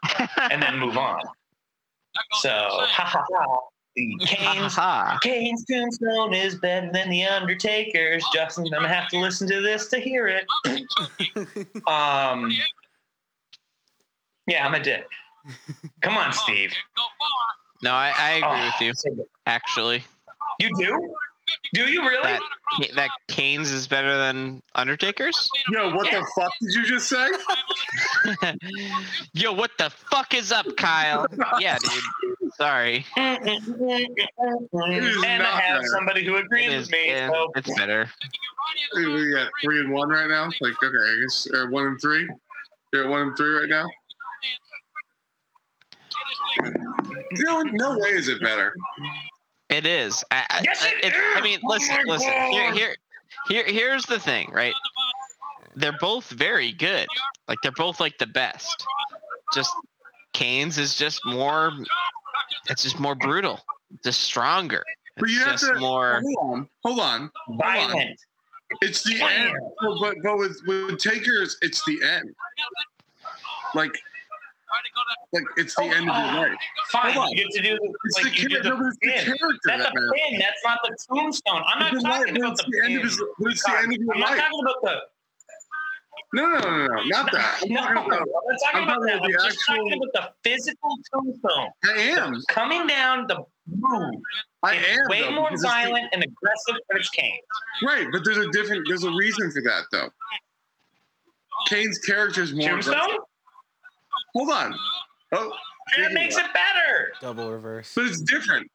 and then move on. So, ha ha ha. Ha Kane's, ha. Kane's tombstone is better than the Undertaker's. Justin, I'm gonna have to listen to this to hear it. Um, yeah, I'm a dick. Come on, Steve. No, I, Oh, I agree with you. Oh, Actually, You do? Do you really? that Ca- that Canes is better than Undertaker's. Yo, what the fuck did you just say? Yo, what the fuck is up, Kyle? Yeah, dude. Sorry. and not I have better. somebody who It agrees is, with me. yeah, So it's better. Hey, We got three and one right now. Like, okay, I guess or one and three. You're at one and three right now. No, no way is it better. It is. I, I, Yes, it I- I is! mean, Oh listen, my listen. Here, God! here, here, here's the thing, right? They're both very good. Like they're both like the best. Just Canes is just more. It's just more brutal. Just stronger. But It's you have just to- more. Hold on, hold on. violent. It's the end. Well, But but with, with takers, it's the end. Like like it's the end of your life. Hold Fine, on. you get to do It's Oh, like the, you do char- no, but the it's the pin. character That's that a matters. pin. That's not the tombstone. I'm not But why- talking about it's the the end of his. pin. But it's the end of your I'm not life. talking about the No, no, no, no, no, not that. I'm No, I'm talking not about. talking I'm about talking that. about I'm the just talking actual- about the physical tombstone. I am. Coming down the move I is am. way though, more because it's the- violent and aggressive than it's Kane. Right, but there's a different. There's a reason for that though. Kane's character is more. Tombstone? Hold on. Oh, That makes it better. Double reverse. but it's different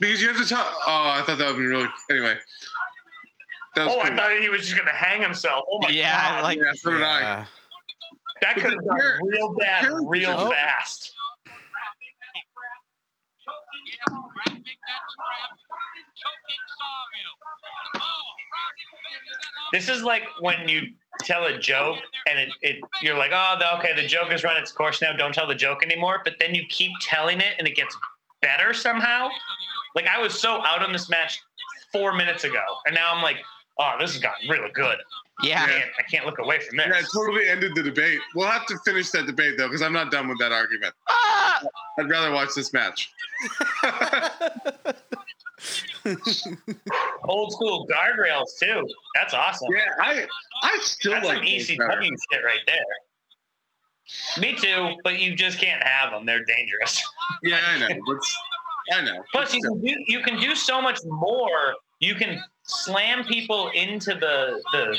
because you have to talk. Oh, I thought that would be really. Anyway, that was Oh, I cool. thought he was just gonna hang himself. Oh my Yeah, god. like yeah, so did I. Yeah. that could have gone Here- real bad, here's- real Oh. fast. This is like when you tell a joke and it, it you're like, oh, the, okay, the joke has run its course now. Don't tell the joke anymore. But then you keep telling it and it gets better somehow. Like I was so out on this match four minutes ago, and now I'm like, oh, this has gotten really good. I yeah. can't, I can't look away from this. Yeah, it totally ended the debate. We'll have to finish that debate though, because I'm not done with that argument. Ah! I'd rather watch this match. old school guardrails too. That's awesome. Yeah, I I still That's like some those ECW better. shit right there. Me too, but you just can't have them. They're dangerous. Yeah, I know. But I know. Plus, you can do you can do so much more. You can slam people into the the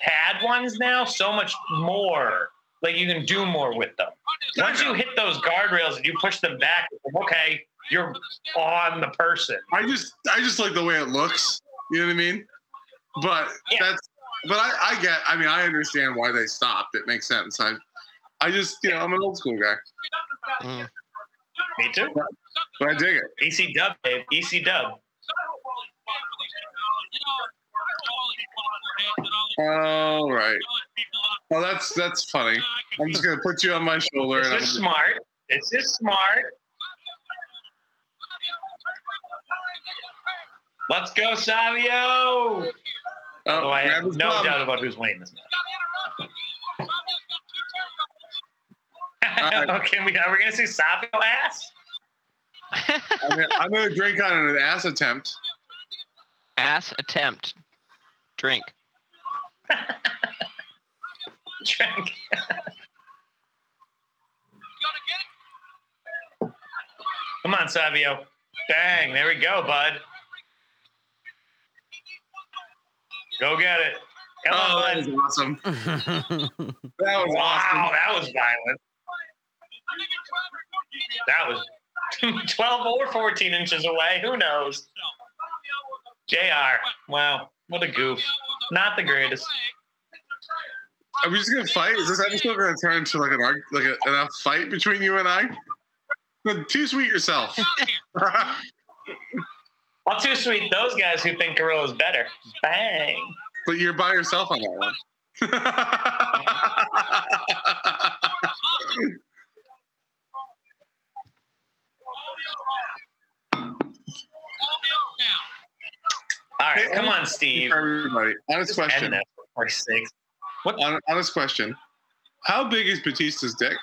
pad ones now so much more. Like you can do more with them. Once you hit those guardrails and you push them back, okay, you're on the person. I just I just like the way it looks. You know what I mean? But Yeah. that's but I, I get I mean I understand why they stopped. It makes sense. I I just you know I'm an old school guy, Mm. Me too. but I dig it. EC Dub, babe. E EC Dub. All right. Well, that's that's funny. I'm just gonna put you on my shoulder It's and I'm just smart. It's just smart. Let's go, Savio. oh, Although I grab have his no glove. doubt about who's winning this match. Alright. okay, we, are we going to see Savio ass? I mean, I'm gonna drink on an ass attempt. Ass attempt. Drink. Drink. Come on, Savio. Bang. There we go, bud. Go get it. Come Oh, on, that bud. was awesome. That That was Wow, awesome. that was violent. That was 12 or 14 inches away. Who knows? JR. Wow. What a goof. Not the greatest. Are we just gonna fight? Is this episode gonna turn into like an arg- like a, a fight between you and I? Then Too sweet yourself. I'll too sweet those guys who think Gorilla's better. Bang. But you're by yourself on that one. All right. Come on, Steve. Everybody, honest Just end question. this, for Christ's sake. Hon- Honest question. How big is Batista's dick?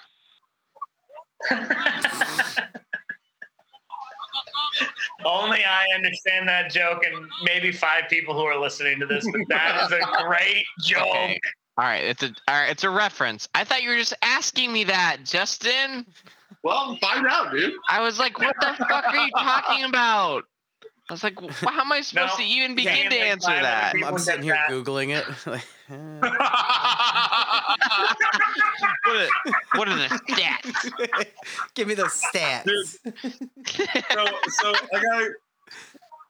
Only I understand that joke, and maybe five people who are listening to this, but that is a great joke. Okay. All right, it's a all right, it's a reference. I thought you were just asking me that, Justin. Well, find out, dude. I was like, what the fuck are you talking about? I was like, wh- how am I supposed to even begin Yeah. to answer Five that? other I'm sitting here googling it. Like, eh. What are, what are the stats? Give me those stats. so, so I got.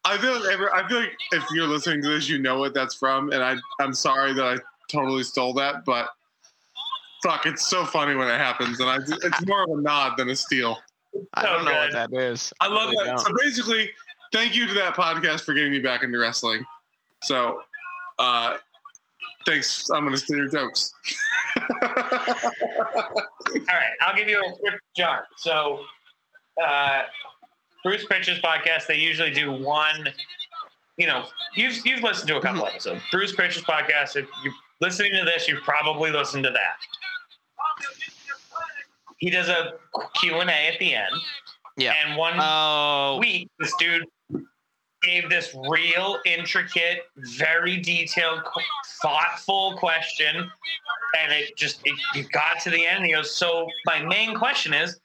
I feel like every, I feel like if you're listening to this, you know what that's from, and I I'm sorry that I totally stole that, but fuck, it's so funny when it happens, and I it's more of a nod than a steal. I So don't know what good. that is. I love really that. don't. So basically, thank you to that podcast for getting me back into wrestling. So, uh, thanks. I'm gonna steal your jokes. All right, I'll give you a quick jar. So, uh, Bruce Pritchard's podcast, they usually do one, you know, you've, you've listened to a couple Mm-hmm. episodes. Bruce Pritchard's podcast, if you're listening to this, you've probably listened to that. He does a Q&A at the end. Yeah. And one Oh, week, this dude gave this real intricate, very detailed, qu- thoughtful question, and it just it, it got to the end. And he goes, "So my main question is,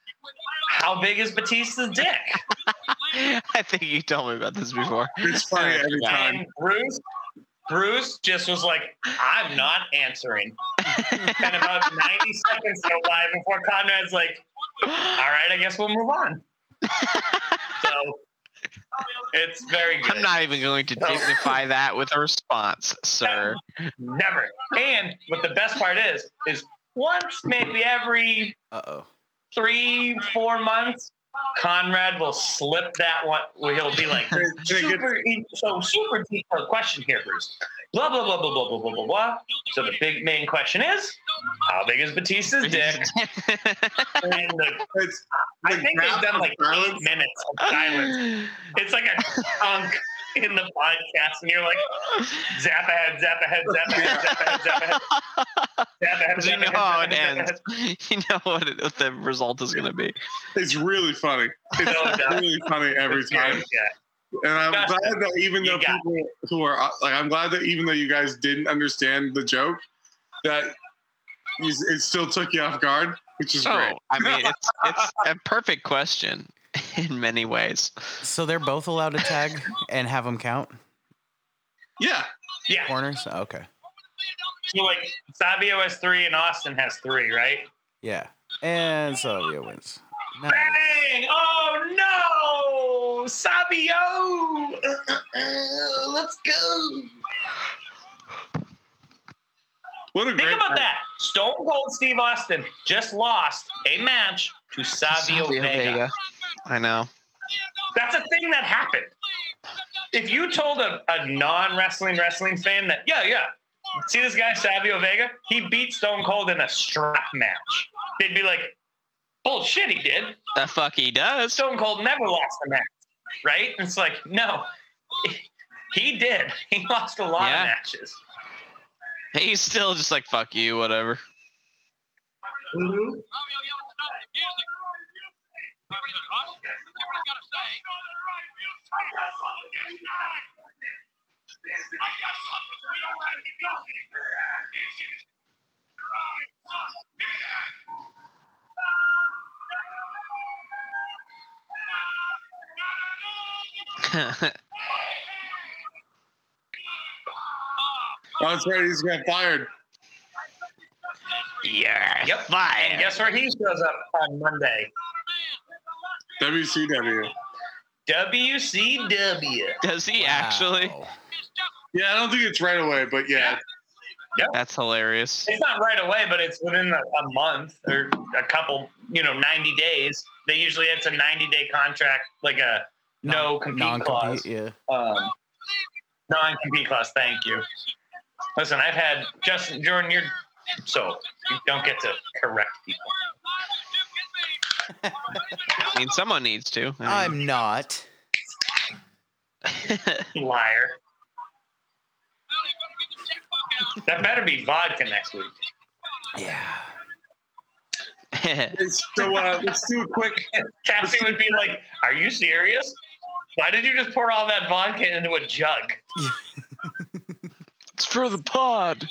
how big is Batista's dick?" I think you told me about this before. It's funny every Yeah. time. And Bruce, Bruce just was like, "I'm not answering." and about ninety seconds go by before Conrad's like, "All right, I guess we'll move on." so it's very good. I'm not even going to dignify that with a response, sir. Never. And what the best part is, is once maybe every Uh oh. three, four months, Conrad will slip that one. Where he'll be like, And it gets- super, e-" so super detailed question here, Bruce. Blah blah blah blah blah blah blah blah blah. So the big main question is, how big is Batista's dick? And the, it's I think they've done like eight silence. minutes of silence. It's like a chunk in the podcast, and you're like, zap ahead, zap ahead, zap ahead, zap ahead, zap ahead. Zap ahead, 'Cause zap you know ahead, how zap it ahead, zap ahead. ends. You know what, it, what the result is going to be. It's really funny. So dumb. Really funny every It's very time. good. And I'm Gotcha. glad that even You though got it. people who are uh, like, I'm glad that even though you guys didn't understand the joke, that you, it still took you off guard, which is Oh, great. I mean, it's it's a perfect question in many ways. So they're both allowed to tag and have them count Yeah, Yeah. corners. Okay, So like Savio has three and Austin has three, right? yeah, and Sylvia wins. Nice. Bang! Oh no! Savio! Let's go! what a Think great. about that. Stone Cold Steve Austin just lost a match to Savio, Savio Vega. Vega. I know. That's a thing that happened. If you told a, a non wrestling wrestling fan that, yeah, yeah, see this guy, Savio Vega, he beat Stone Cold in a strap match, they'd be like, bullshit, he did. The fuck he does. Stone Cold never lost a match, right? It's like, no, he did. He lost a lot Yeah. of matches. He's still just like fuck you, whatever. Oh, that's right. He's got fired. yeah. Yep. And guess where he shows up on Monday? WCW. WCW. Does he Wow. actually? Yeah, I don't think it's right away, but yeah, That's hilarious. It's not right away, but it's within a, a month or a couple, you know, 90 days. They usually, it's a 90 day contract, like a no compete clause. Non-compete, Yeah. Um, non compete clause. Thank you. Listen, I've had Justin Jordan, you're so you don't get to correct people. I mean, someone needs to. I mean, I'm not. Liar. That better be vodka next week. Yeah. it's, so uh, let's do a quick. Cassie would be like, Are you serious? Why did you just pour all that vodka into a jug? it's for the pod.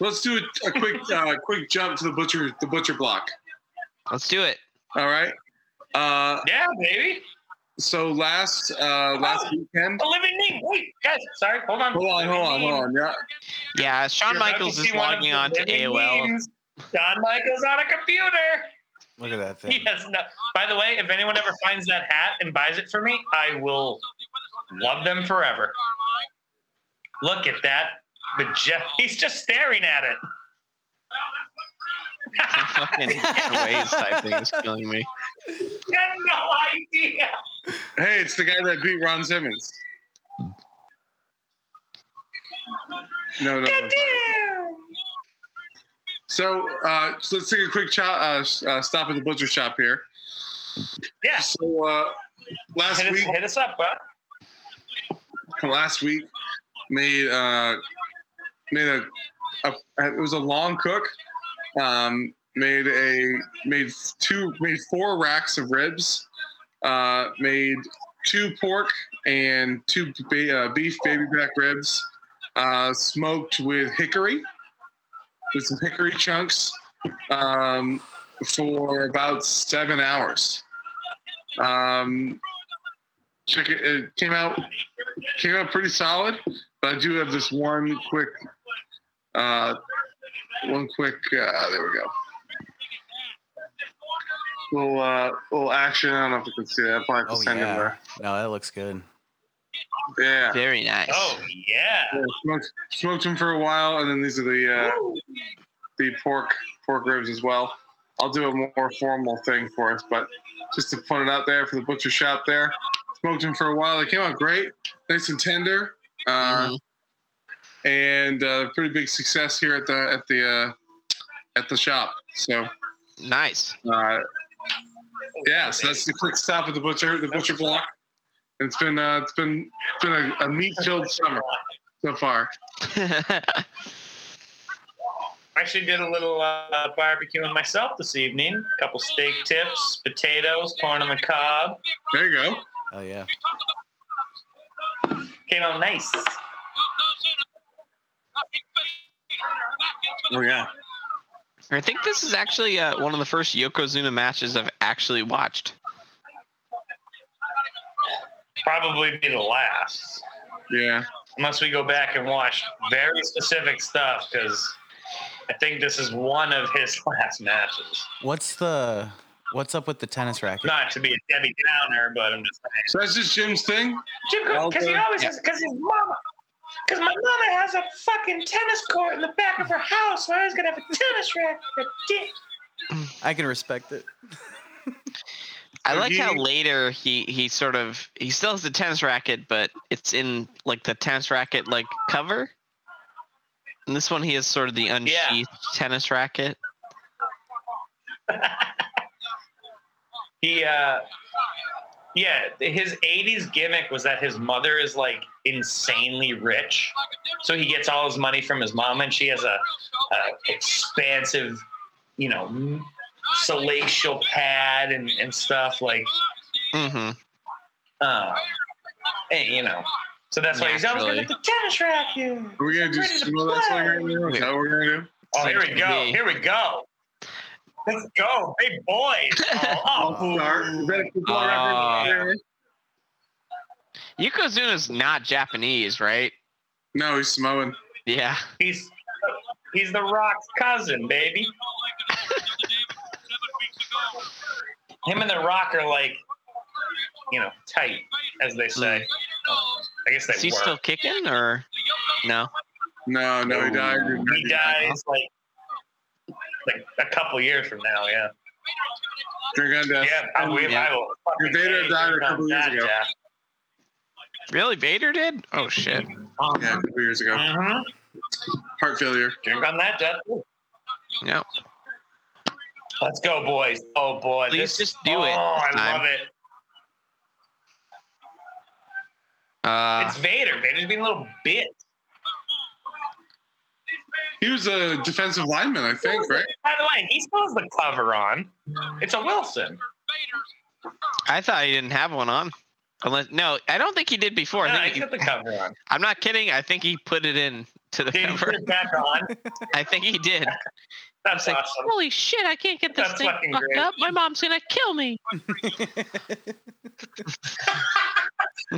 Let's do a, a quick, uh, quick jump to the butcher, the butcher block. Let's do it. All right. Uh, Yeah, baby. so last uh, Oh. last weekend. Olivia Ning. Wait, guys, sorry, hold on. Hold on, hold on, hold on. Yeah, Yeah, Shawn You're about to Michaels see is one of logging the on to living AOL. memes. Shawn Michaels on a computer. Look at that thing. He has no. By the way, if anyone ever finds that hat and buys it for me, I will love them forever. Look at that. Maje- he's just staring at The it. fucking ways type thing is killing me. he had no idea. Hey, it's the guy that beat Ron Simmons. No, no. no. So, uh, so let's take a quick cho- uh, s- uh, stop at the butcher shop here. Yeah. So uh, last Hit us, week, hit us up, bud. last week made uh, made a, a it was a long cook. Um, made a made two made four racks of ribs. Uh, made two pork and two ba- uh, beef baby back ribs. Uh, smoked with hickory with some hickory chunks um, for about seven hours. Um, chicken it came out came out pretty solid, but I do have this one quick uh, one quick uh, there we go. Little uh, little action. I don't know if you can see that. I'll probably have to Oh send it yeah. there. No, that looks good. Yeah. Very nice. Oh yeah. Yeah, smoked, smoked them for a while, and then these are the uh, the pork pork ribs as well. I'll do a more formal thing for us, but just to put it out there for the butcher shop there. Smoked them for a while. They came out great, nice and tender, uh, Mhm. and uh, pretty big success here at the at the uh, at the shop. So Nice. uh, yeah, so that's the quick stop at the butcher the butcher block. And it's been uh, it's been it's been a, a meat filled summer so far. Actually, did a little uh, barbecuing myself this evening. A couple steak tips, potatoes, corn on the cob. There you go. Oh yeah. You talk about Came out nice. what goes in. a big fader, back into the Oh, yeah. corner. I think this is actually uh, one of the first Yokozuna matches I've actually watched. Probably be the last, Yeah. unless we go back and watch very specific stuff, because I think this is one of his last matches. What's the what's up with the tennis racket? Not to be a Debbie Downer, but I'm just saying. So that's just Jim's thing. Jim, because he Okay. always has, because his mama, because my mama has a fucking tennis court in the back of her house, so I was gonna have a tennis racket. I can respect it. I So like how he- later he he sort of he still has the tennis racket, but it's in like the tennis racket like cover. And this one he has sort of the unsheathed tennis racket. He, uh, yeah, his '80s gimmick was that his mother is like insanely rich, Like a different so he gets all his money from his mom, and she has a, real show. a I can't get expansive, you know, salacial pad and, and stuff like, Mm-hmm. uh, and, you know. So that's why he's always gonna have the tennis racket. Are we gonna do Ready to sumo that play. swing right now? Is that what we're gonna do? Oh, here we Seems to go. be. Here we go. Let's go, big boys. Oh, I'll start. Is that a football Uh, reference? Yokozuna's not Japanese, right? No, he's Samoan. Yeah. he's he's the Rock's cousin, baby. Him and the Rock are like, you know, tight, as they say. I guess they Mm. Is he were. still kicking or no? No, no, he died. in he 90. dies like like a couple years from now. Yeah, Drink on death. yeah. I, we, I will fucking Vader say died a couple years that, ago. yeah. Really, Vader did? Oh shit! Yeah, a couple years ago. Mhm. Heart failure. Drink on that, Jeff. No. Let's go, boys. Oh boy, Please this, just do oh, it I this time. love it. Uh, It's Vader. Vader's being a little bitch. He was a defensive lineman, I think, right? By the way, he still has the cover on. It's a Wilson. I thought he didn't have one on. Unless no, I don't think he did before. No, I he's think he, got the cover on. I'm not kidding. I think he put it in to the Did he cover. put it back on? I think he did. That's like, awesome. Holy shit! I can't get this That's thing fucking fucked great. up. My mom's gonna kill me. God damn,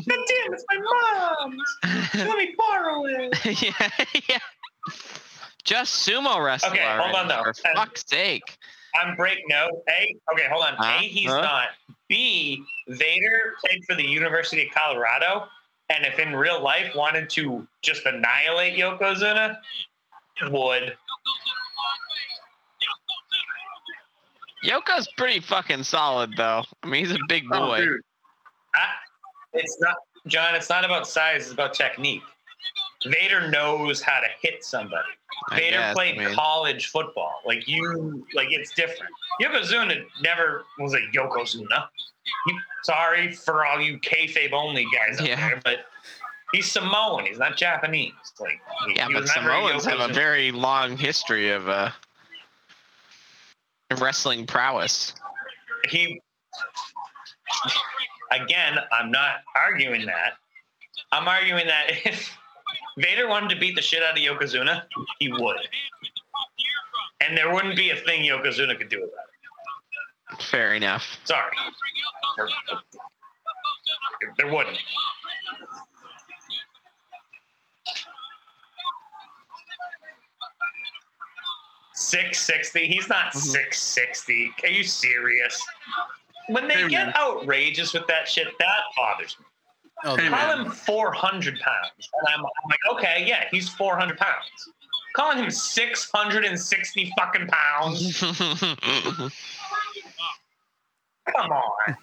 it's my mom. Let me borrow it. yeah, yeah. Just sumo wrestler. Okay, hold on, already, though. For And- fuck's sake. I'm break no. A, okay, hold on. Huh? A, he's Huh? not. B, Vader played for the University of Colorado, and if in real life wanted to just annihilate Yokozuna, would. Yoko's pretty fucking solid though. I mean, he's a big Oh, boy. dude. I- it's not, John. It's not about size. It's about technique. Vader knows how to hit somebody. I Vader guess, played I mean. college football. Like you, like it's different. Yokozuna never was a Yokozuna. He, sorry for all you kayfabe only guys out Yeah. there, but he's Samoan. He's not Japanese. Like he- Yeah, he but was never a Samoans have a Yokozuna. very long history of uh, wrestling prowess. he. Again, I'm not arguing that. I'm arguing that if Vader wanted to beat the shit out of Yokozuna, he would, and there wouldn't be a thing Yokozuna could do about it. Fair enough. Sorry, there, there wouldn't. Six sixty. He's not Mm-hmm. Mhm. six sixty. Are you serious? When they Hey, get man. outrageous with that shit, that bothers me. Oh, Hey, Call man. him four hundred pounds, and I'm, I'm like, okay, yeah, he's four hundred pounds. Calling him six hundred and sixty fucking pounds. Come on,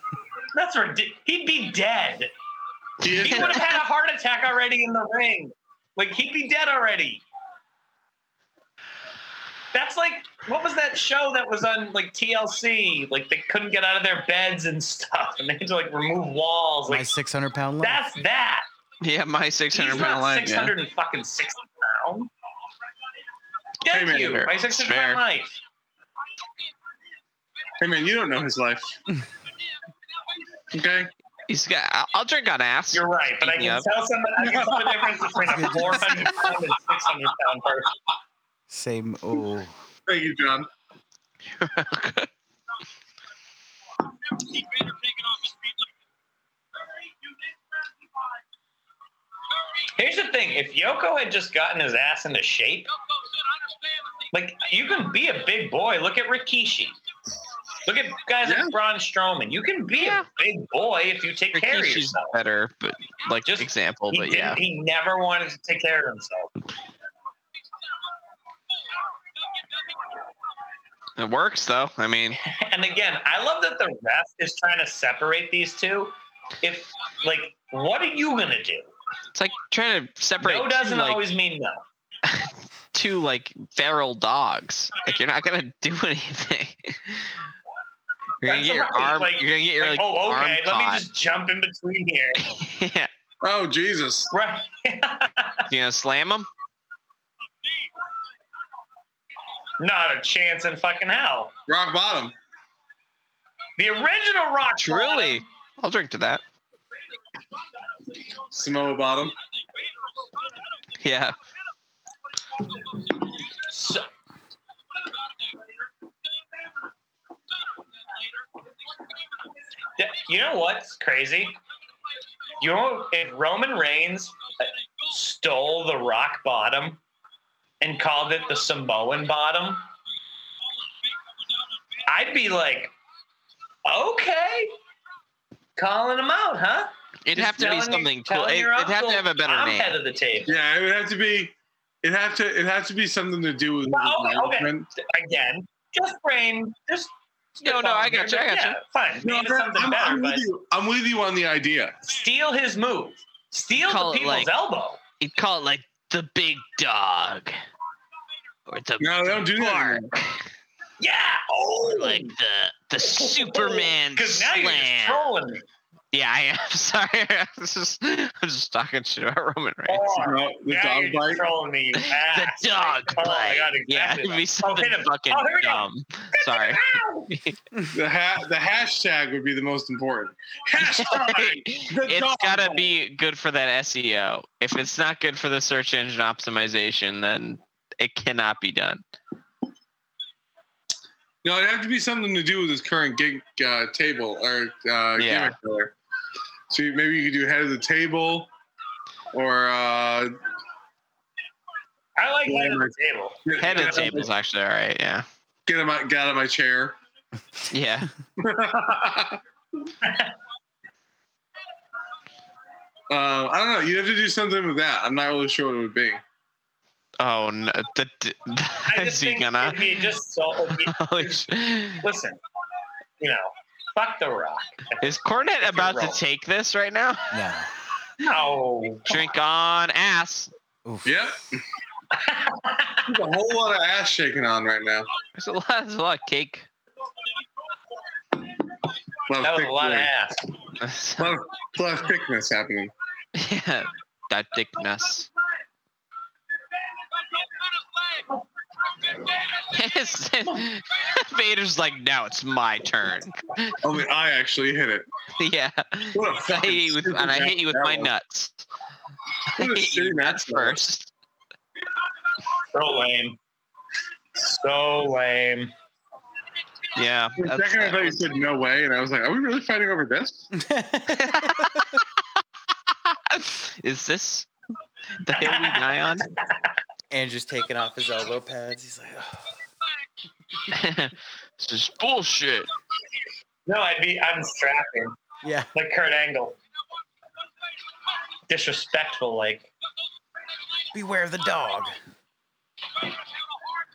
that's ridiculous. He'd be dead. He is He would have had a heart attack already in the ring. Like he'd be dead already. That's like what was that show that was on like TLC? Like they couldn't get out of their beds and stuff, and they had to like remove walls. my Like six hundred pound line. that's that. yeah, my 600 He's pound not line. six Yeah. hundred and fucking sixty pounds. Hey, Thank man, you. fair. My six hundred Fair. pound life. Hey man, you don't know his life. okay. He's got. I'll, I'll drink on ass. You're right, but I Speaking can of- tell somebody I can tell the difference between a 400 pound and 600 pound person. Same. Oh, Thank you, John. Never see Vader taking off his speed limit. Hurry, you get 35. Hurry, Here's the thing: if Yoko had just gotten his ass into shape, Yoko said, I understand that they like you can be a big boy. Look at Rikishi. Look at guys Yeah. like Braun Strowman. You can be Yeah. a big boy if you take care of Rikishi's yourself. better, but like Just- example, He, but didn't- yeah. he never wanted to take care of himself. they'll get nothing. It works though. I mean, And again, I love that the ref is trying to separate these two. If like, what are you gonna do? it's like trying to separate No two, doesn't like, always mean no. two like feral dogs. Like you're not gonna do anything. you're gonna That's get your right, arm. like- you're gonna get your like, Like, oh, arm okay. Let me caught. just jump in between here. yeah. Oh Jesus! Right. You gonna slam him? Not a chance in fucking hell. Rock bottom. The original Rock. Truly. I'll drink to that. Samoa bottom. Yeah. So, Yeah, you know what's crazy? You know, if Roman Reigns uh, stole the rock bottom and called it the Samoan bottom, I'd be like, okay, calling him out, huh? It'd Just have to be telling your- something cool. telling It, your would have uncle, to have a better I'm name. head of the table. Yeah, it would have to be. It have to. It have to be something to do with. Oh, okay, okay. management. Again, just brain, just. No, no, I got you, I got Yeah, you. Fine. No, Name it something I'm, better, I'm but with you. I'm with you on the idea. steal his move. Steal Call the it, people's like- elbow. You'd call it like the big dog. Or the No, they don't do that. bark. anymore. Yeah. Oh, like the the Superman Because now you're just slam. trolling me. Yeah, I am sorry. I'm just, I'm just talking shit about Roman Reigns. Oh, No, the now dog you're bite. just trolling me. you the ass. dog Oh, I bite. got exactly yeah, that. it'd be Oh, something hit him. fucking Oh, here we go. dumb. Sorry. Ow! The ha- the hashtag would be the most important. Hashtag. the it's dog gotta bite. be good for that SEO. If it's not good for the search engine optimization, then it cannot be done. No, it'd have to be something to do with his current gig uh, table or Yeah. uh, gimmick there. So you- maybe you could do head of the table, or I uh, like head of the table. get- Head of the get out table's actually all right. Yeah. Get him out, get out of my chair. Yeah. uh, Um, I don't know. You'd have to do something with that. I'm not really sure what it would be. Oh no. The, d I is just he think gonna? if you just so, if you- listen, you know, fuck the rock. Is Cornet about to roll. take this right now? no. No. Drink on ass. Oof. Yep. There's a whole lot of ass shaking on right now. There's a lot. There's a lot of cake. A lot That of, was a thick lot of wood. ass. a lot of, a lot of thickness happening. yeah. That thickness. Vader's like, now it's my turn. Only I actually hit it. yeah. What a I hit fucking you with, stupid and I ass hit you with that my was. nuts. I What a hit you nuts shitty match that was. first. So lame. So lame. Yeah. For a that's- second, I that thought you was- said no way, and I was like, "Are we really fighting over this?" Is this the hill we die on? Andrew's taking off his elbow pads. He's like, oh. this is bullshit. No, I'd be unstrapping yeah. like Kurt Angle. Disrespectful, like Beware the dog.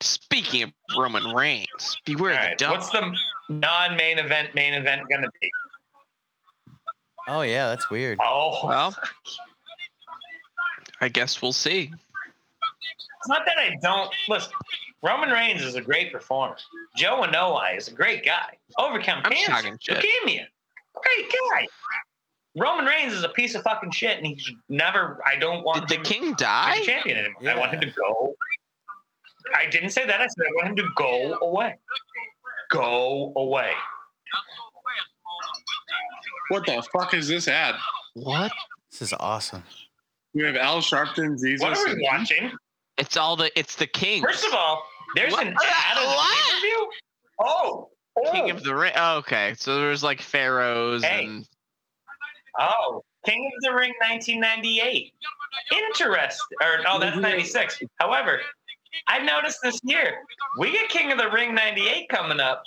Speaking of Roman Reigns, beware All the right, dog. what's the non-main event? Main event gonna be? Oh yeah, that's weird. Oh, Well, I guess we'll see. it's not that I don't listen. Roman Reigns is a great performer. Joe Anoa'i is a great guy. Overcome I'm cancer, talking shit. leukemia. Great guy. Roman Reigns is a piece of fucking shit, and he should never. I don't want Did the him king to be die? champion anymore. I want him Yeah. to go. I didn't say that. I said I want him to go away. Go away. What the fuck is this ad? What? This is awesome. We have Al Sharpton, Jesus. What are and- we watching? It's all the it's the king. First of all, there's What? an ad of What? the interview. Oh, oh, King of the Ring. okay, so there's like pharaohs Hey. and oh, King of the Ring, 1998. Interesting. Or no, that's uh, 96. However, I noticed this year we get King of the Ring 98 coming up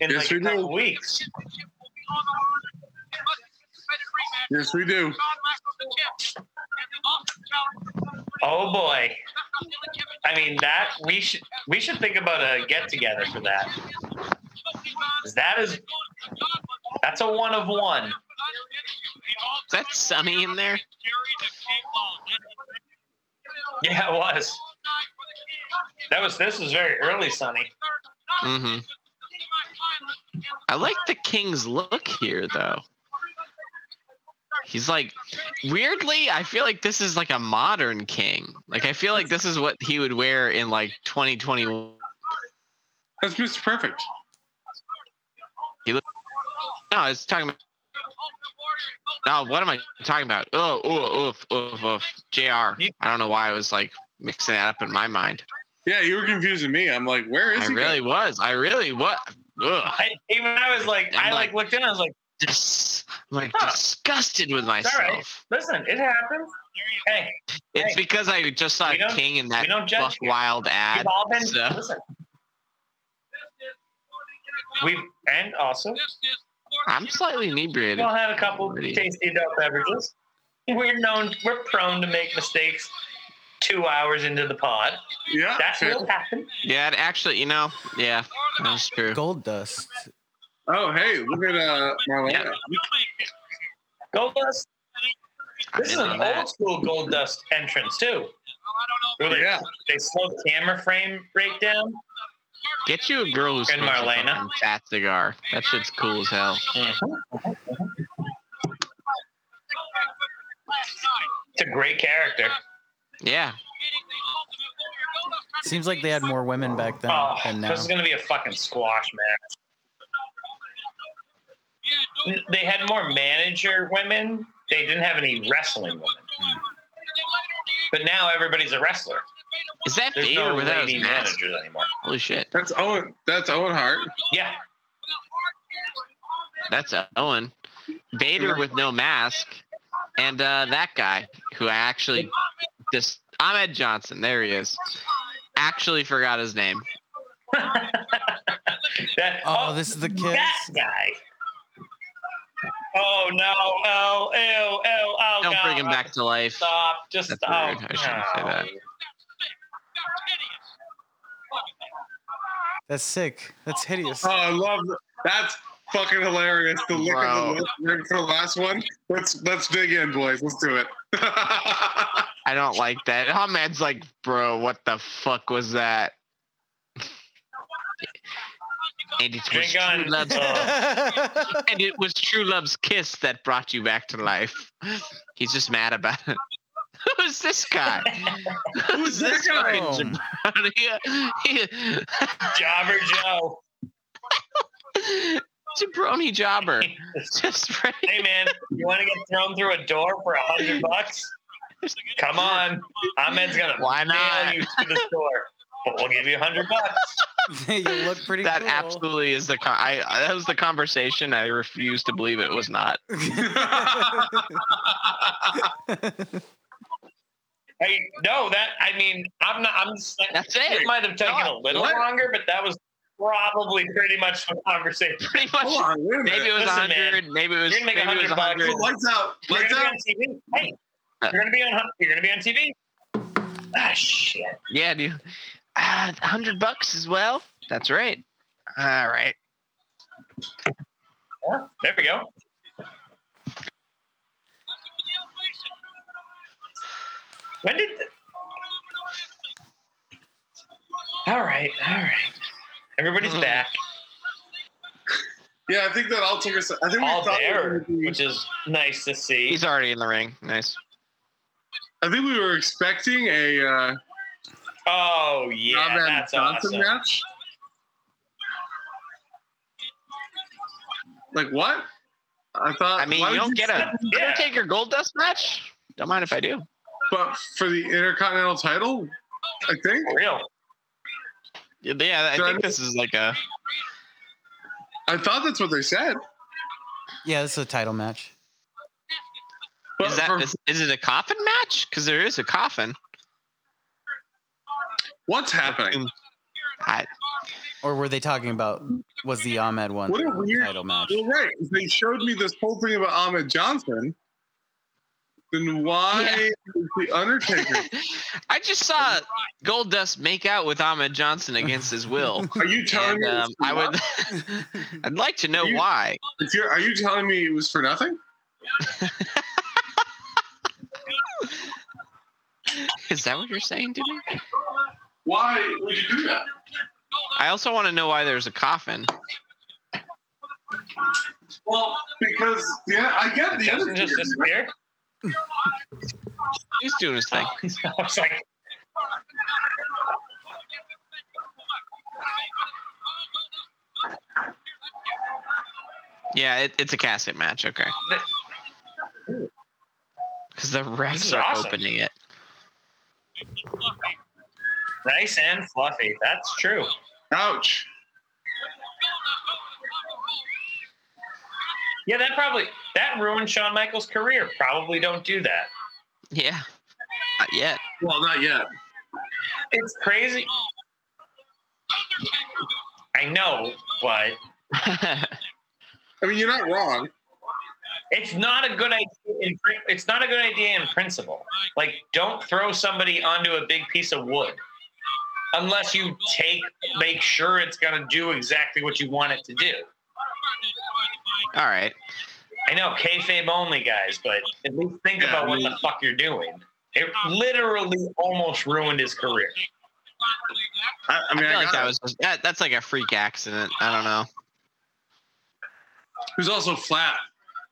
in Yes, like we a do. couple weeks. Yes, we do. Oh boy. I mean that we should we should think about a get together for that. 'Cause That is that's a one of one. is that Sunny in there? Yeah, it was. That was this was very early, Sonny. Mm-hmm. I like the king's look here though. He's like weirdly, I feel like this is like a modern king. Like I feel like this is what he would wear in like 2021. That's Mr. Perfect. No, I was talking about. No, what am I talking about? Oh, oh, oof, oof, oof. Jr. I don't know why I was like mixing that up in my mind. Yeah, you were confusing me. I'm like, where is I he? really was. I really was. Ugh. I, even I was like, I like looked in, I was like, Dis- I'm like Huh. disgusted with myself. all right. listen, it happens. Hey, It's because I just saw We don't- King in we that don't Buck judge. Here. Wild ad. We've all been so- listen. We and also I'm slightly we inebriated. all had a couple Already. tasty adult beverages. We're known we're prone to make mistakes two hours into the pod. Yeah. That will happen. Yeah, it actually, you know, yeah, that's true. Gold dust. Oh, hey, look at uh, Marlena. Yeah. Gold dust. I'm This in is on an that. old school gold dust entrance too. Where they, Yeah. they slow the camera frame rate down. Get you a girl who And smokes a Marlena. fucking fat cigar. That shit's cool as hell. Mm-hmm. It's a great character. Yeah, Seems like they had more women back then Oh, than now. this is gonna be a fucking squash match. They had more manager women. They didn't have any wrestling women. But now everybody's a wrestler. is that There's Vader no without lady his mask? managers anymore. Holy shit, That's Owen. That's Owen Hart. Yeah, that's Owen. Vader with no mask, and uh, that guy who I actually just Ahmed Johnson. There he is. Actually forgot his name. That- Oh, this is the kid. That guy. Oh no! Oh, ew, ew, oh Don't God. bring him back to life. Stop! Just That's stop. weird. I shouldn't say that. That's sick. That's hideous. Oh, I love that's fucking hilarious. The look Bro. of the lip right for the last one. Let's let's dig in, boys. Let's do it. I don't like that. Ahmed's like, bro, what the fuck was that? And it was Drink on. true love's Uh, oh, and it was true love's kiss that brought you back to life. He's just mad about it. Who's this guy? Who's this guy? uh, Jobber Joe. Jabroni jobber. Just right. Hey man, you want to get thrown through a door for a hundred bucks? Come on, Ahmed's gonna Why nail not? you to the store, but we'll give you a hundred bucks. you look pretty That cool. absolutely is the con- I I- that was the conversation. I refuse to believe it was not. Hey, no, that I mean, I'm not. I'm. Just, That's it it. might have taken a little What? longer, but that was probably pretty much the conversation. Pretty much. Hold on, wait a Maybe it minute. was Listen, man. 100. Maybe it was. You're gonna make Maybe it was 100 bucks. 100. Lights out. You're Lights gonna out. be on TV. Hey, you're gonna be on. You're gonna be on TV. Ah, shit. Yeah, dude. Uh, 100 bucks as well. That's right. All right. Yeah, there we go. When did? the- All right, all right. Mm. Everybody's back. Yeah, I think that all took us. I think we All thought we were there, gonna be- which is nice to see. He's already in the ring. Nice. I think we were expecting a uh, Oh yeah, Ahmed that's Johnson awesome. match. Like what? I thought. I mean, Uh, why you don't would get a you Yeah. don't take your gold dust match. Don't mind if I do. But for the Intercontinental title, I think. For real. Yeah, I Sure. think this is like a I thought that's what they said. Yeah, this is a title match. But is that for- is, is it a coffin match? Because there is a coffin. what's happening? I, Or were they talking about was the Ahmed one What a the weird- title match? Well, right. if They showed me this whole thing about Ahmed Johnson. Then why Yeah. is the Undertaker? I just saw Gold Dust make out with Ahmed Johnson against his will. Are you and telling me? it was um, for I would, I'd like to know You- why. If you're, are you telling me it was for nothing? Is that what you're saying to me? Why would you do that? I also want to know why there's a coffin. Well, because yeah, I get the Justin Undertaker. just disappeared. He's doing his thing. I was like, Yeah, it, it's a casket match. Okay. Because the refs is are awesome. opening it. nice and fluffy. That's true. Ouch. Yeah, that probably that ruined Shawn Michaels' career. Probably don't do that. Yeah. Not yet. Well, not yet. It's crazy. I know, but I mean, you're not wrong. it's not a good idea. In, prin- it's not a good idea in principle. Like, don't throw somebody onto a big piece of wood unless you take make sure it's going to do exactly what you want it to do. All right. I know kayfabe only, guys, but at least think Yeah, about I what mean- the fuck you're doing. It literally almost ruined his career. I, I I mean, I feel like got that it. was that, that's like a freak accident. I don't know. It was also flat.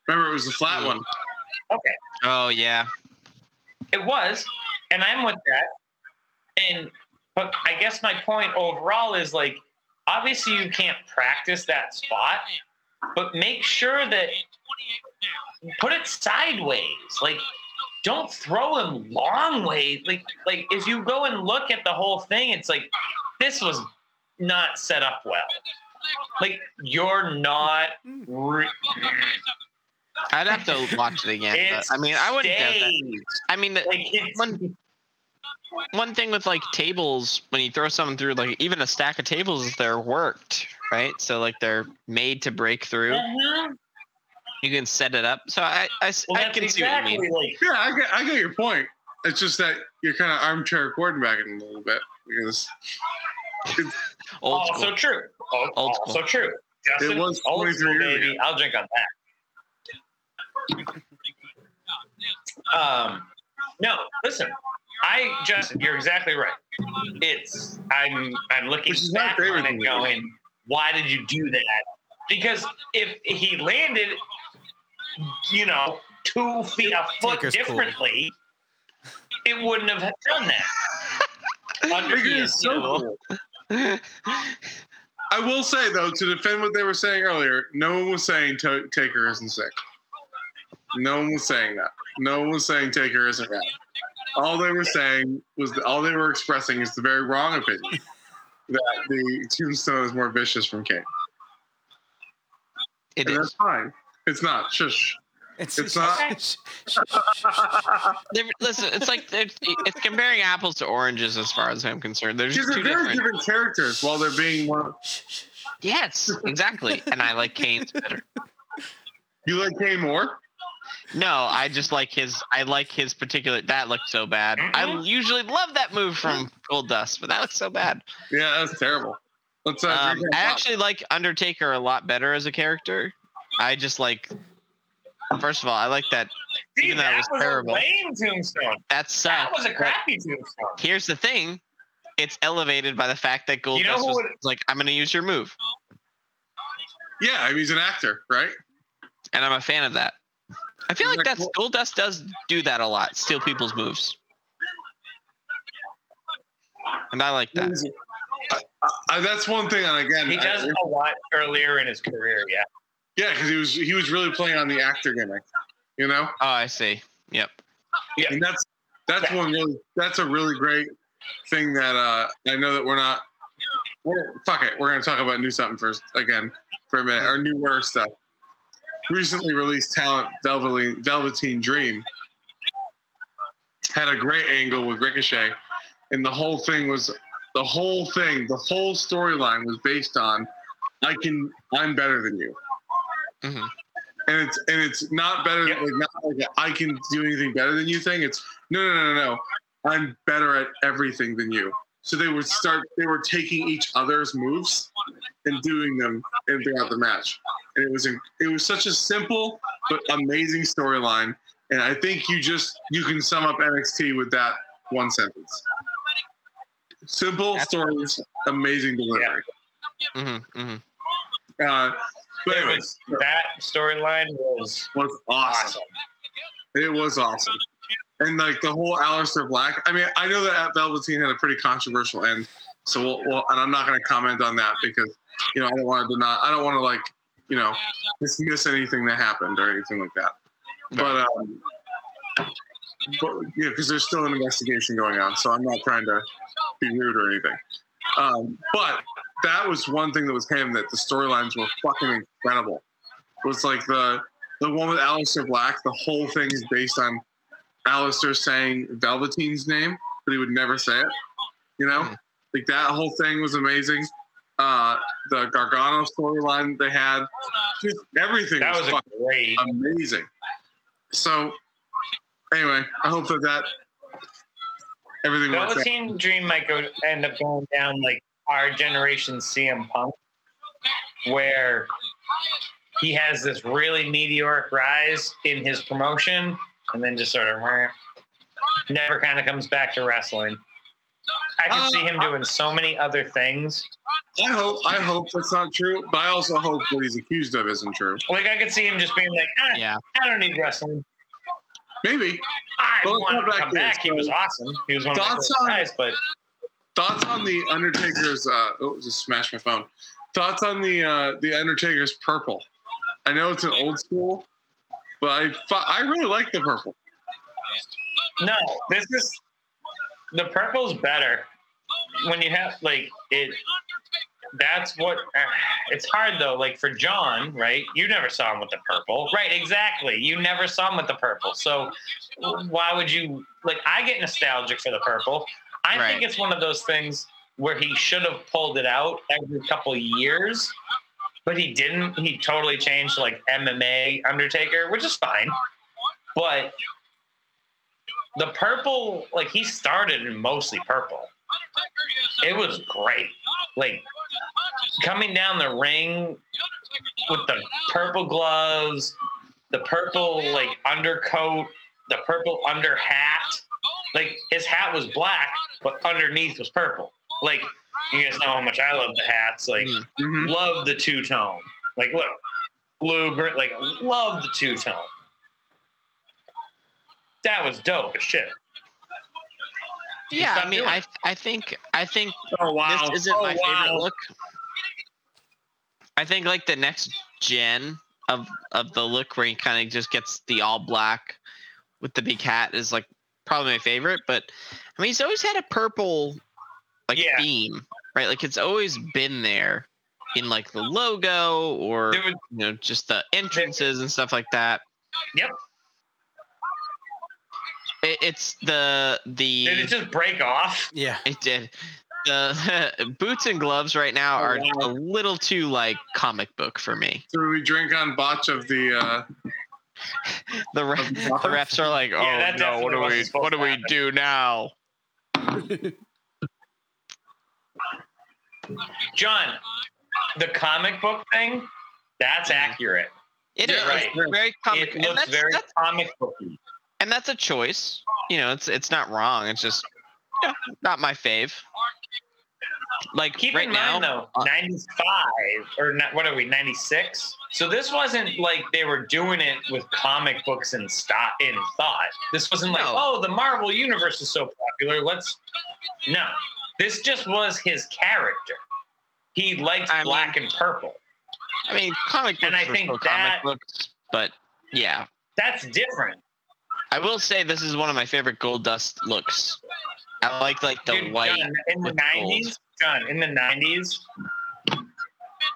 Remember, it was the Mm. flat one. Okay, Oh yeah. it was, and I'm with that. And but I guess my point overall is like, obviously you can't practice that spot, but make sure that put it sideways. Like, don't throw him long way. Like, like if you go and look at the whole thing, it's like this was not set up well. Like you're not. Re- I'd have to watch it again. but, it's uh, I mean, I wouldn't doubt that. staged. I mean, the, Like it's, one one thing with like tables when you throw someone through like even a stack of tables is they're worked right so like they're made to break through Mhm. you can set it up so i i, s- Well, I that's can see what exactly you mean like Yeah, I get, I get your point. It's just that you're kind of armchair quarterbacking a little bit because old also school true. Al- Old also true. Justin, It was old 23 school, years baby. I'll drink on that. Um, no, listen. I Justin, you're exactly right. It's I'm I'm looking Which is my back favorite on thing it to do. going, why did you do that? Because if he landed, you know, two feet a foot Taker's cool. differently, it wouldn't have done that. Under It is ESPN. so cool. I will say though, to defend what they were saying earlier, no one was saying Ta- Taker isn't sick. No one was saying that. No one was saying Taker isn't bad. All they were saying was that all they were expressing is the very wrong opinion that the tombstone is more vicious from Kane. it And that's is fine. It's not. Shush. It's not- They're- listen it's like they're- it's comparing apples to oranges as far as i'm concerned there's These just are two very different different characters while they're being one. yes exactly and i like kane's better You like Kane more? no i just like his i like his particular that looked so bad i Mhm. usually love that move from gold dust but that looks so bad Yeah, that's terrible. Let's. Uh, Um, drink I that. actually like Undertaker a lot better as a character. I just like, first of all, I like that. See, Even though it that was was, terrible. a lame tombstone. That sucks. That was a but crappy tombstone. Here's the thing: it's elevated by the fact that Goldust You know who was would- like, "I'm going to use your move," Yeah, I mean, he's an actor, right? and I'm a fan of that. I feel like Like, that's Goldust does do that a lot, steal people's moves, and I like that. I, I, that's one thing, and uh, again, He I- does a lot earlier in his career, yeah. Yeah, because he was he was really playing on the actor gimmick, you know. Oh, I see. Yep. And that's that's one really that's a really great thing that uh I know that we're not. We're, fuck it, we're gonna talk about new something first again for a minute or newer stuff. Recently released talent Velveteen, Velveteen Dream had a great angle with Ricochet, and the whole thing was the whole thing the whole storyline was based on I can I'm better than you Mhm. and it's and it's not better Yep. like not like a, I can do anything better than you thing. It's no no no no no. I'm better at everything than you. So they would start they were taking each other's moves and doing them and throughout the match. And it was a, it was such a simple but amazing storyline. And I think you just you can sum up NXT with that one sentence. Simple stories, amazing delivery. Mhm. Mhm. Uh, but It anyways, was- that storyline was was awesome. awesome. It was awesome. And like the whole Aleister Black, I mean, I know that Velveteen had a pretty controversial end, so we'll, well and I'm not going to comment on that because you know I don't want to deny, I don't want to like you know dismiss anything that happened or anything like that. But um, but yeah, because there's still an investigation going on, so I'm not trying to be rude or anything. Um, but that was one thing that was him that the storylines were fucking incredible. Was like the the one with Alistair Black, the whole thing is based on Alistair saying Velveteen's name, but he would never say it. You know, Mhm. like that whole thing was amazing. Uh, the Gargano storyline they had, just everything That was was, a fucking great. amazing. So, anyway, I hope that that everything works out. Velveteen Dream might go end up going down like our generation CM Punk, where he has this really meteoric rise in his promotion, and then just sort of meh, never kind of comes back to wrestling. I can see him doing so many other things. I hope I hope that's not true, but I also hope what he's accused of isn't true. Like I could see him just being like, "Ah, Yeah. I don't need wrestling. Maybe I Well, let's want go to back come to this. back. He was awesome. He was one of my Thoughts favorite on- guys, but thoughts on the Undertaker's uh oh just smashed my phone. Thoughts on the uh the Undertaker's purple. I know it's an old school, but I fu- I really like the purple. No, this is the purple's better when you have like it. That's what uh, it's hard though. Like for John, right? You never saw him with the purple, right? Exactly. You never saw him with the purple. So why would you like? I get nostalgic for the purple. I Right. think it's one of those things where he should have pulled it out every couple years, but he didn't. He totally changed to like MMA Undertaker, which is fine. But the purple, like he started in mostly purple. It was great. Like coming down the ring with the purple gloves, the purple like undercoat, the purple under hat. Like his hat was black, but underneath was purple. Like you guys know how much I love the hats. Like Mm. Mhm. love the two tone. Like look, blue, green. Like love the two tone. That was dope as shit. Yeah. Stop I mean, doing I I think I think Oh wow. this isn't Oh, my wow. favorite look. I think like the next gen of of the look where he kind of just gets the all black with the big hat is like probably my favorite. But I mean, he's always had a purple like Yeah. theme, right? Like it's always been there in like the logo or There was you know just the entrances and stuff like that. Yep. It, it's the the Did it just break off? Yeah. it did. The boots and gloves right now Oh, are a little too like comic book for me. So we drink on botch of the uh The, re- the refs are like, oh Yeah, that no, definitely what do wasn't we supposed what do to we happen." do now? John, the comic book thing, that's Mm. accurate. It Yeah, is right. very comic, It and looks that's, very that's comic booky. and that's a choice. You know, it's it's not wrong. It's just you know, not my fave. Like Keep right in now, mind though, uh, 95 or not, what are we, 96? So this wasn't like they were doing it with comic books and stop in thought. This wasn't like, No. oh, the Marvel universe is so popular. Let's no. This just was his character. He liked I mean- black and purple. I mean, comic books And I are think still that- comic books, but yeah, That's different. I will say this is one of my favorite Gold Dust looks. I like like the Dude, white. John, in the with gold. nineties. John, in the nineties.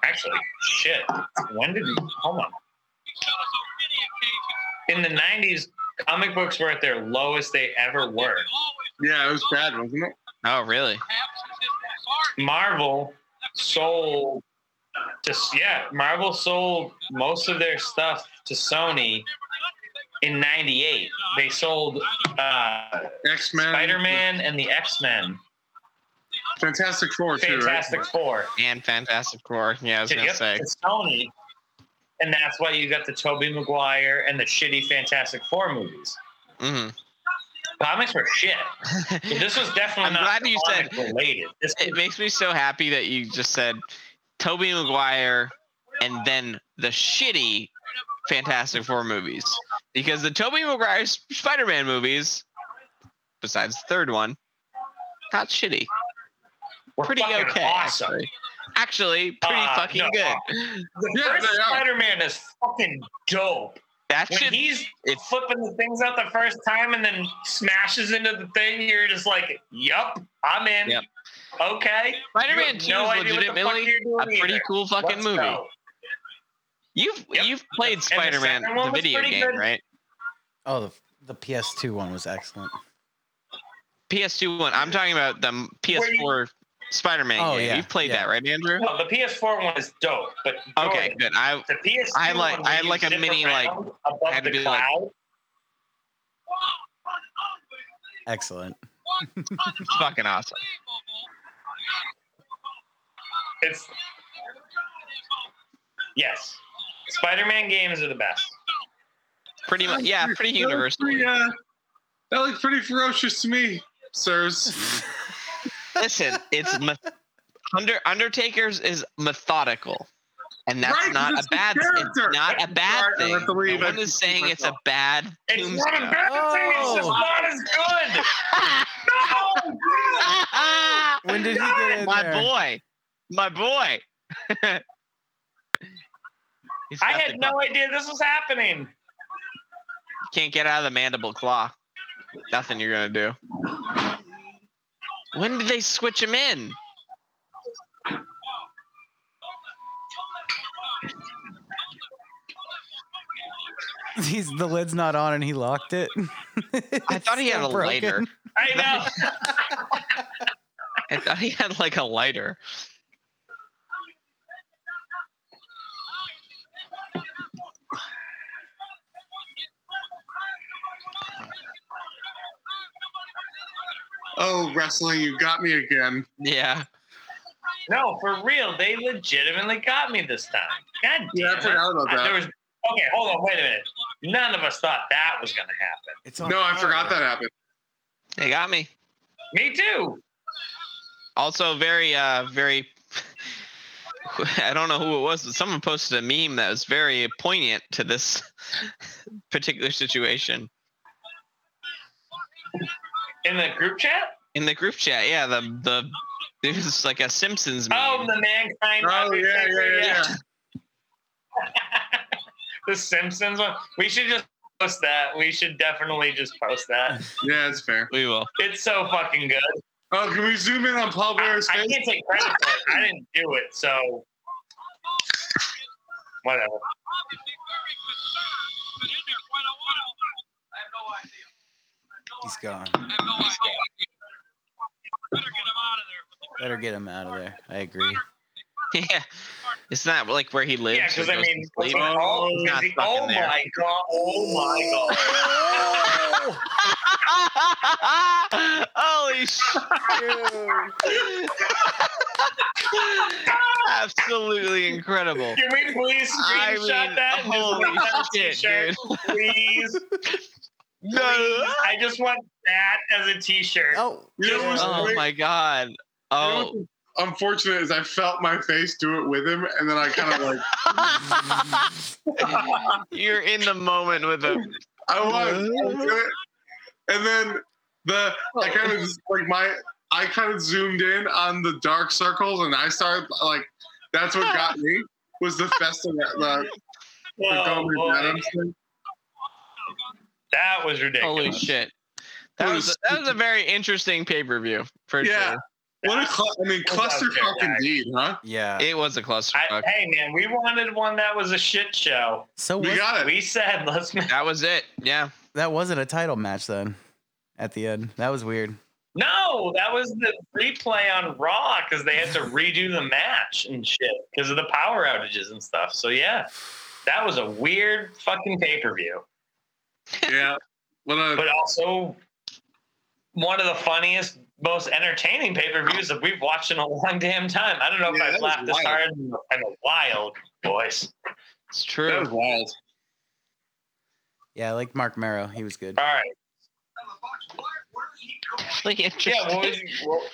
Actually, shit. When did hold on? In the nineties, comic books were at their lowest they ever were. Yeah, it was bad, wasn't it? Oh, really? Marvel sold just yeah, Marvel sold most of their stuff to Sony in '98. They sold uh, X Men, Spider-Man and the X-Men, Fantastic Four, too, right? Fantastic Four. And Fantastic Four. Yeah, I was gonna Yep, say. to Sony, and that's why you got the Tobey Maguire and the shitty Fantastic Four movies. hmm Comics were shit. This was definitely I'm not glad you comic said- related. This Mm-hmm. it makes me so happy that you just said Toby Maguire and then the shitty Fantastic Four movies. Because the Toby Maguire Spider Man movies, besides the third one, not shitty. were Pretty fucking okay. Awesome. Actually. actually, pretty Uh, fucking no. good. The Yeah, first they are. Spider-Man is fucking dope. That when should he's it's- flipping the things out the first time and then smashes into the thing, you're just like, "Yup, I'm in." Yep. Okay. Spider You Man have Two no is idea what the fuck legitimately you're doing a pretty either. cool fucking Let's movie. go. You've Yep. you've played And the Spider Man second one the was video pretty game, good. right? Oh, the, the PS2 one was excellent. PS2 one. I'm talking about the PS4 Spider Man Oh, game. yeah, You've played yeah. that, right, Andrew? Well, the PS4 one is dope, but Okay, Jordan, good. I The PS4 I like- one where I you like a zip mini, like, around above had to the be like- cloud. Excellent. it's fucking awesome. It's yes. Spider-Man games are the best. Pretty much, yeah, pretty That looks universal. pretty, uh, that looked pretty ferocious to me, sirs. Listen, it's me- Under Undertaker's is methodical, and that's Right, not that's a the bad. It's character. not a That's bad right, I thing. have to No leave. one I have is to saying keep it's a myself. bad It's not a tombstone. bad thing. It's just Oh. not as good. No. When did he get in My there? boy, my boy. He's I got had the- no idea this was happening. Can't get out of the mandible claw. Nothing you're gonna do. When did they switch him in? He's the lid's not on and he locked it. I thought he had a lighter. I know. I thought he had like a lighter. oh, wrestling, you got me again. Yeah. No, for real. They legitimately got me this time. God Yeah, I damn it. forgot about I- there that. was okay. Hold on. Wait a minute. None of us thought that was gonna happen. It's on No, I fire. forgot that happened. They got me. Me too. Also very uh very I don't know who it was, but someone posted a meme that was very poignant to this particular situation. In the group chat. In the group chat, yeah, the the it was like a Simpsons meme. Oh, the mankind. Oh, yeah, yeah, yeah. the Simpsons one. We should just post that. We should definitely just post that. Yeah, it's fair. we will. It's so fucking good. Oh, can we zoom in on Paul I, Bear's I face? can't take credit for it. I didn't do it, so whatever. He's gone. Better get him out of there. Better get him out of there. I agree. Yeah. It's not like where he lives. Yeah, because or I goes to mean, what's sleep. it called? He's oh, not stuck in there. my god! Oh my god! Oh! Holy shit. Absolutely incredible. Can we please I screenshot mean, that? and just holy put that on a shit, t-shirt? Please, please. I just want that as a T-shirt. Oh, You know what's Oh great? my god. You know Oh. what's Unfortunate is I felt my face do it with him, and then I kind of like You're in the moment with him. I was, I was doing it. and then the I kind of just like my I kind of zoomed in on the dark circles, and I started like that's what got me. was the festa that the, the Oh, Gomez boy. Adams thing. That was ridiculous. Holy shit. That was, a, that was a very interesting pay per view for Yeah. sure. What a cl- I mean, clusterfuck indeed, huh? Yeah. It was a I, clusterfuck. hey man, we wanted one that was a shit show. so We was- got it. We said let's make that was it. Yeah. that wasn't a title match then. At the end, that was weird. No, that was the replay on Raw because they had to redo the match and shit because of the power outages and stuff. So yeah, that was a weird fucking pay per view, Yeah. What a but also one of the funniest, most entertaining pay per views that we've watched in a long damn time. I don't know if Yeah, I've that was laughed this wild. hard in a while, boys. It's that true. was wild. Yeah, I like Mark Merrow, he was good. All right, Like interesting. yeah. What was, what-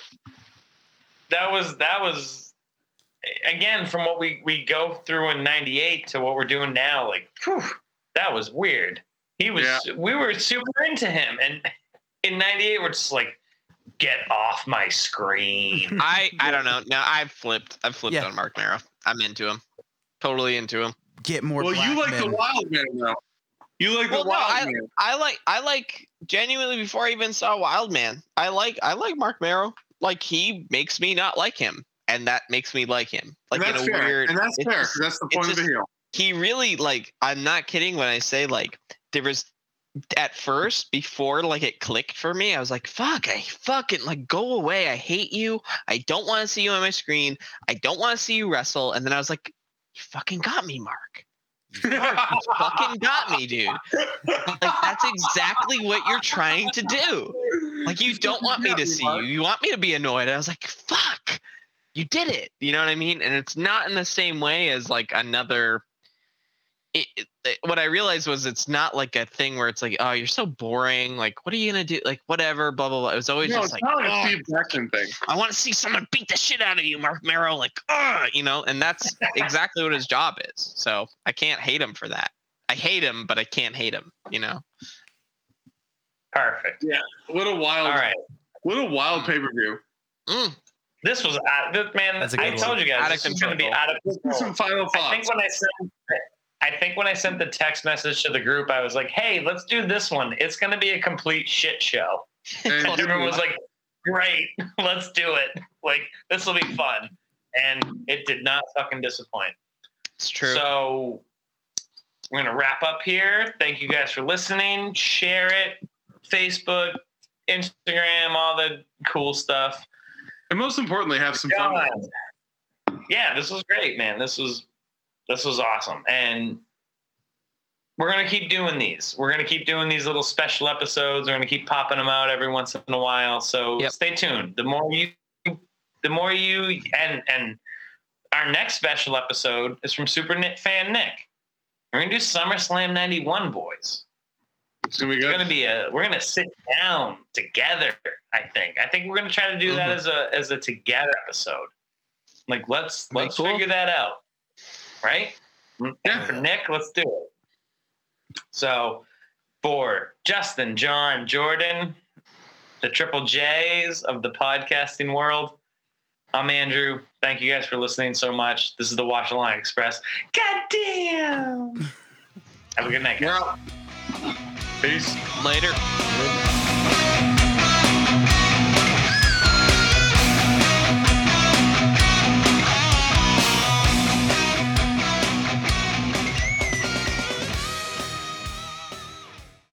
that was that was again from what we we go through in '98 to what we're doing now. Like, whew, that was weird. He was. We were super into him, and in '98 we're just like, get off my screen. I I don't know. Now I've flipped. I've flipped Yeah. on Mark Mero. I'm into him. Totally into him. Get more. Well, you black like men. the wild man though. You like Well, the no, wild I- man. I like I like genuinely before I even saw Wildman. I like I like Mark Mero. Like he makes me not like him, and that makes me like him. Like and that's in a fair. weird. and that's it's fair. just- that's the it's point of just- the heel. he really like i'm not kidding when i say like there was at first before like it clicked for me i was like fuck i fucking like go away i hate you i don't want to see you on my screen i don't want to see you wrestle and then i was like you fucking got me mark you fucking got me dude like that's exactly what you're trying to do like you don't want me to see you you want me to be annoyed i was like fuck you did it you know what i mean and it's not in the same way as like another it, it- it- what i realized was it's not like a thing where it's like oh you're so boring like what are you gonna do like whatever blah blah blah it was always no, just it's like not "Oh, a Steve Beckman thing. I want to see someone beat the shit out of you, Mark Merrow. Like, ah, you know, and that's exactly what his job is. So I can't hate him for that. I hate him, but I can't hate him. You know, Perfect. What a wild, All right, what a wild pay per view. Mm, this was out. This, man, That's a I good told one. you guys Out of this is going to be control. out of Let's do control. some final I think thoughts. when I sent, I think when I sent the text message to the group, I was like, "Hey, let's do this one. It's going to be a complete shit show." And And everyone was like, "Great, let's do it. Like this will be fun." And it did not fucking disappoint. it's true. So we're gonna wrap up here. Thank you guys for listening. Share it, Facebook, Instagram, all the cool stuff. and most importantly, have some fun. John. Yeah, this was great, man. This was this was awesome. And we're gonna keep doing these. We're gonna keep doing these little special episodes. We're gonna keep popping them out every once in a while. So Yep. stay tuned. The more you the more you and and our next special episode is from Super Nick fan Nick. We're gonna do SummerSlam ninety one boys. It's gonna be It's good. gonna be a. We're gonna sit down together. I think. I think we're gonna try to do that Mhm. as a as a together episode. Like let's Be let's cool. figure that out, right? Yeah. For Nick, let's do it. So for Justin, John, Jordan, the triple J's of the podcasting world. I'm Andrew. Thank you guys for listening so much. This is the Watch Along Express. Goddamn. Have a good night. guys. We're out. Peace. Later. Good.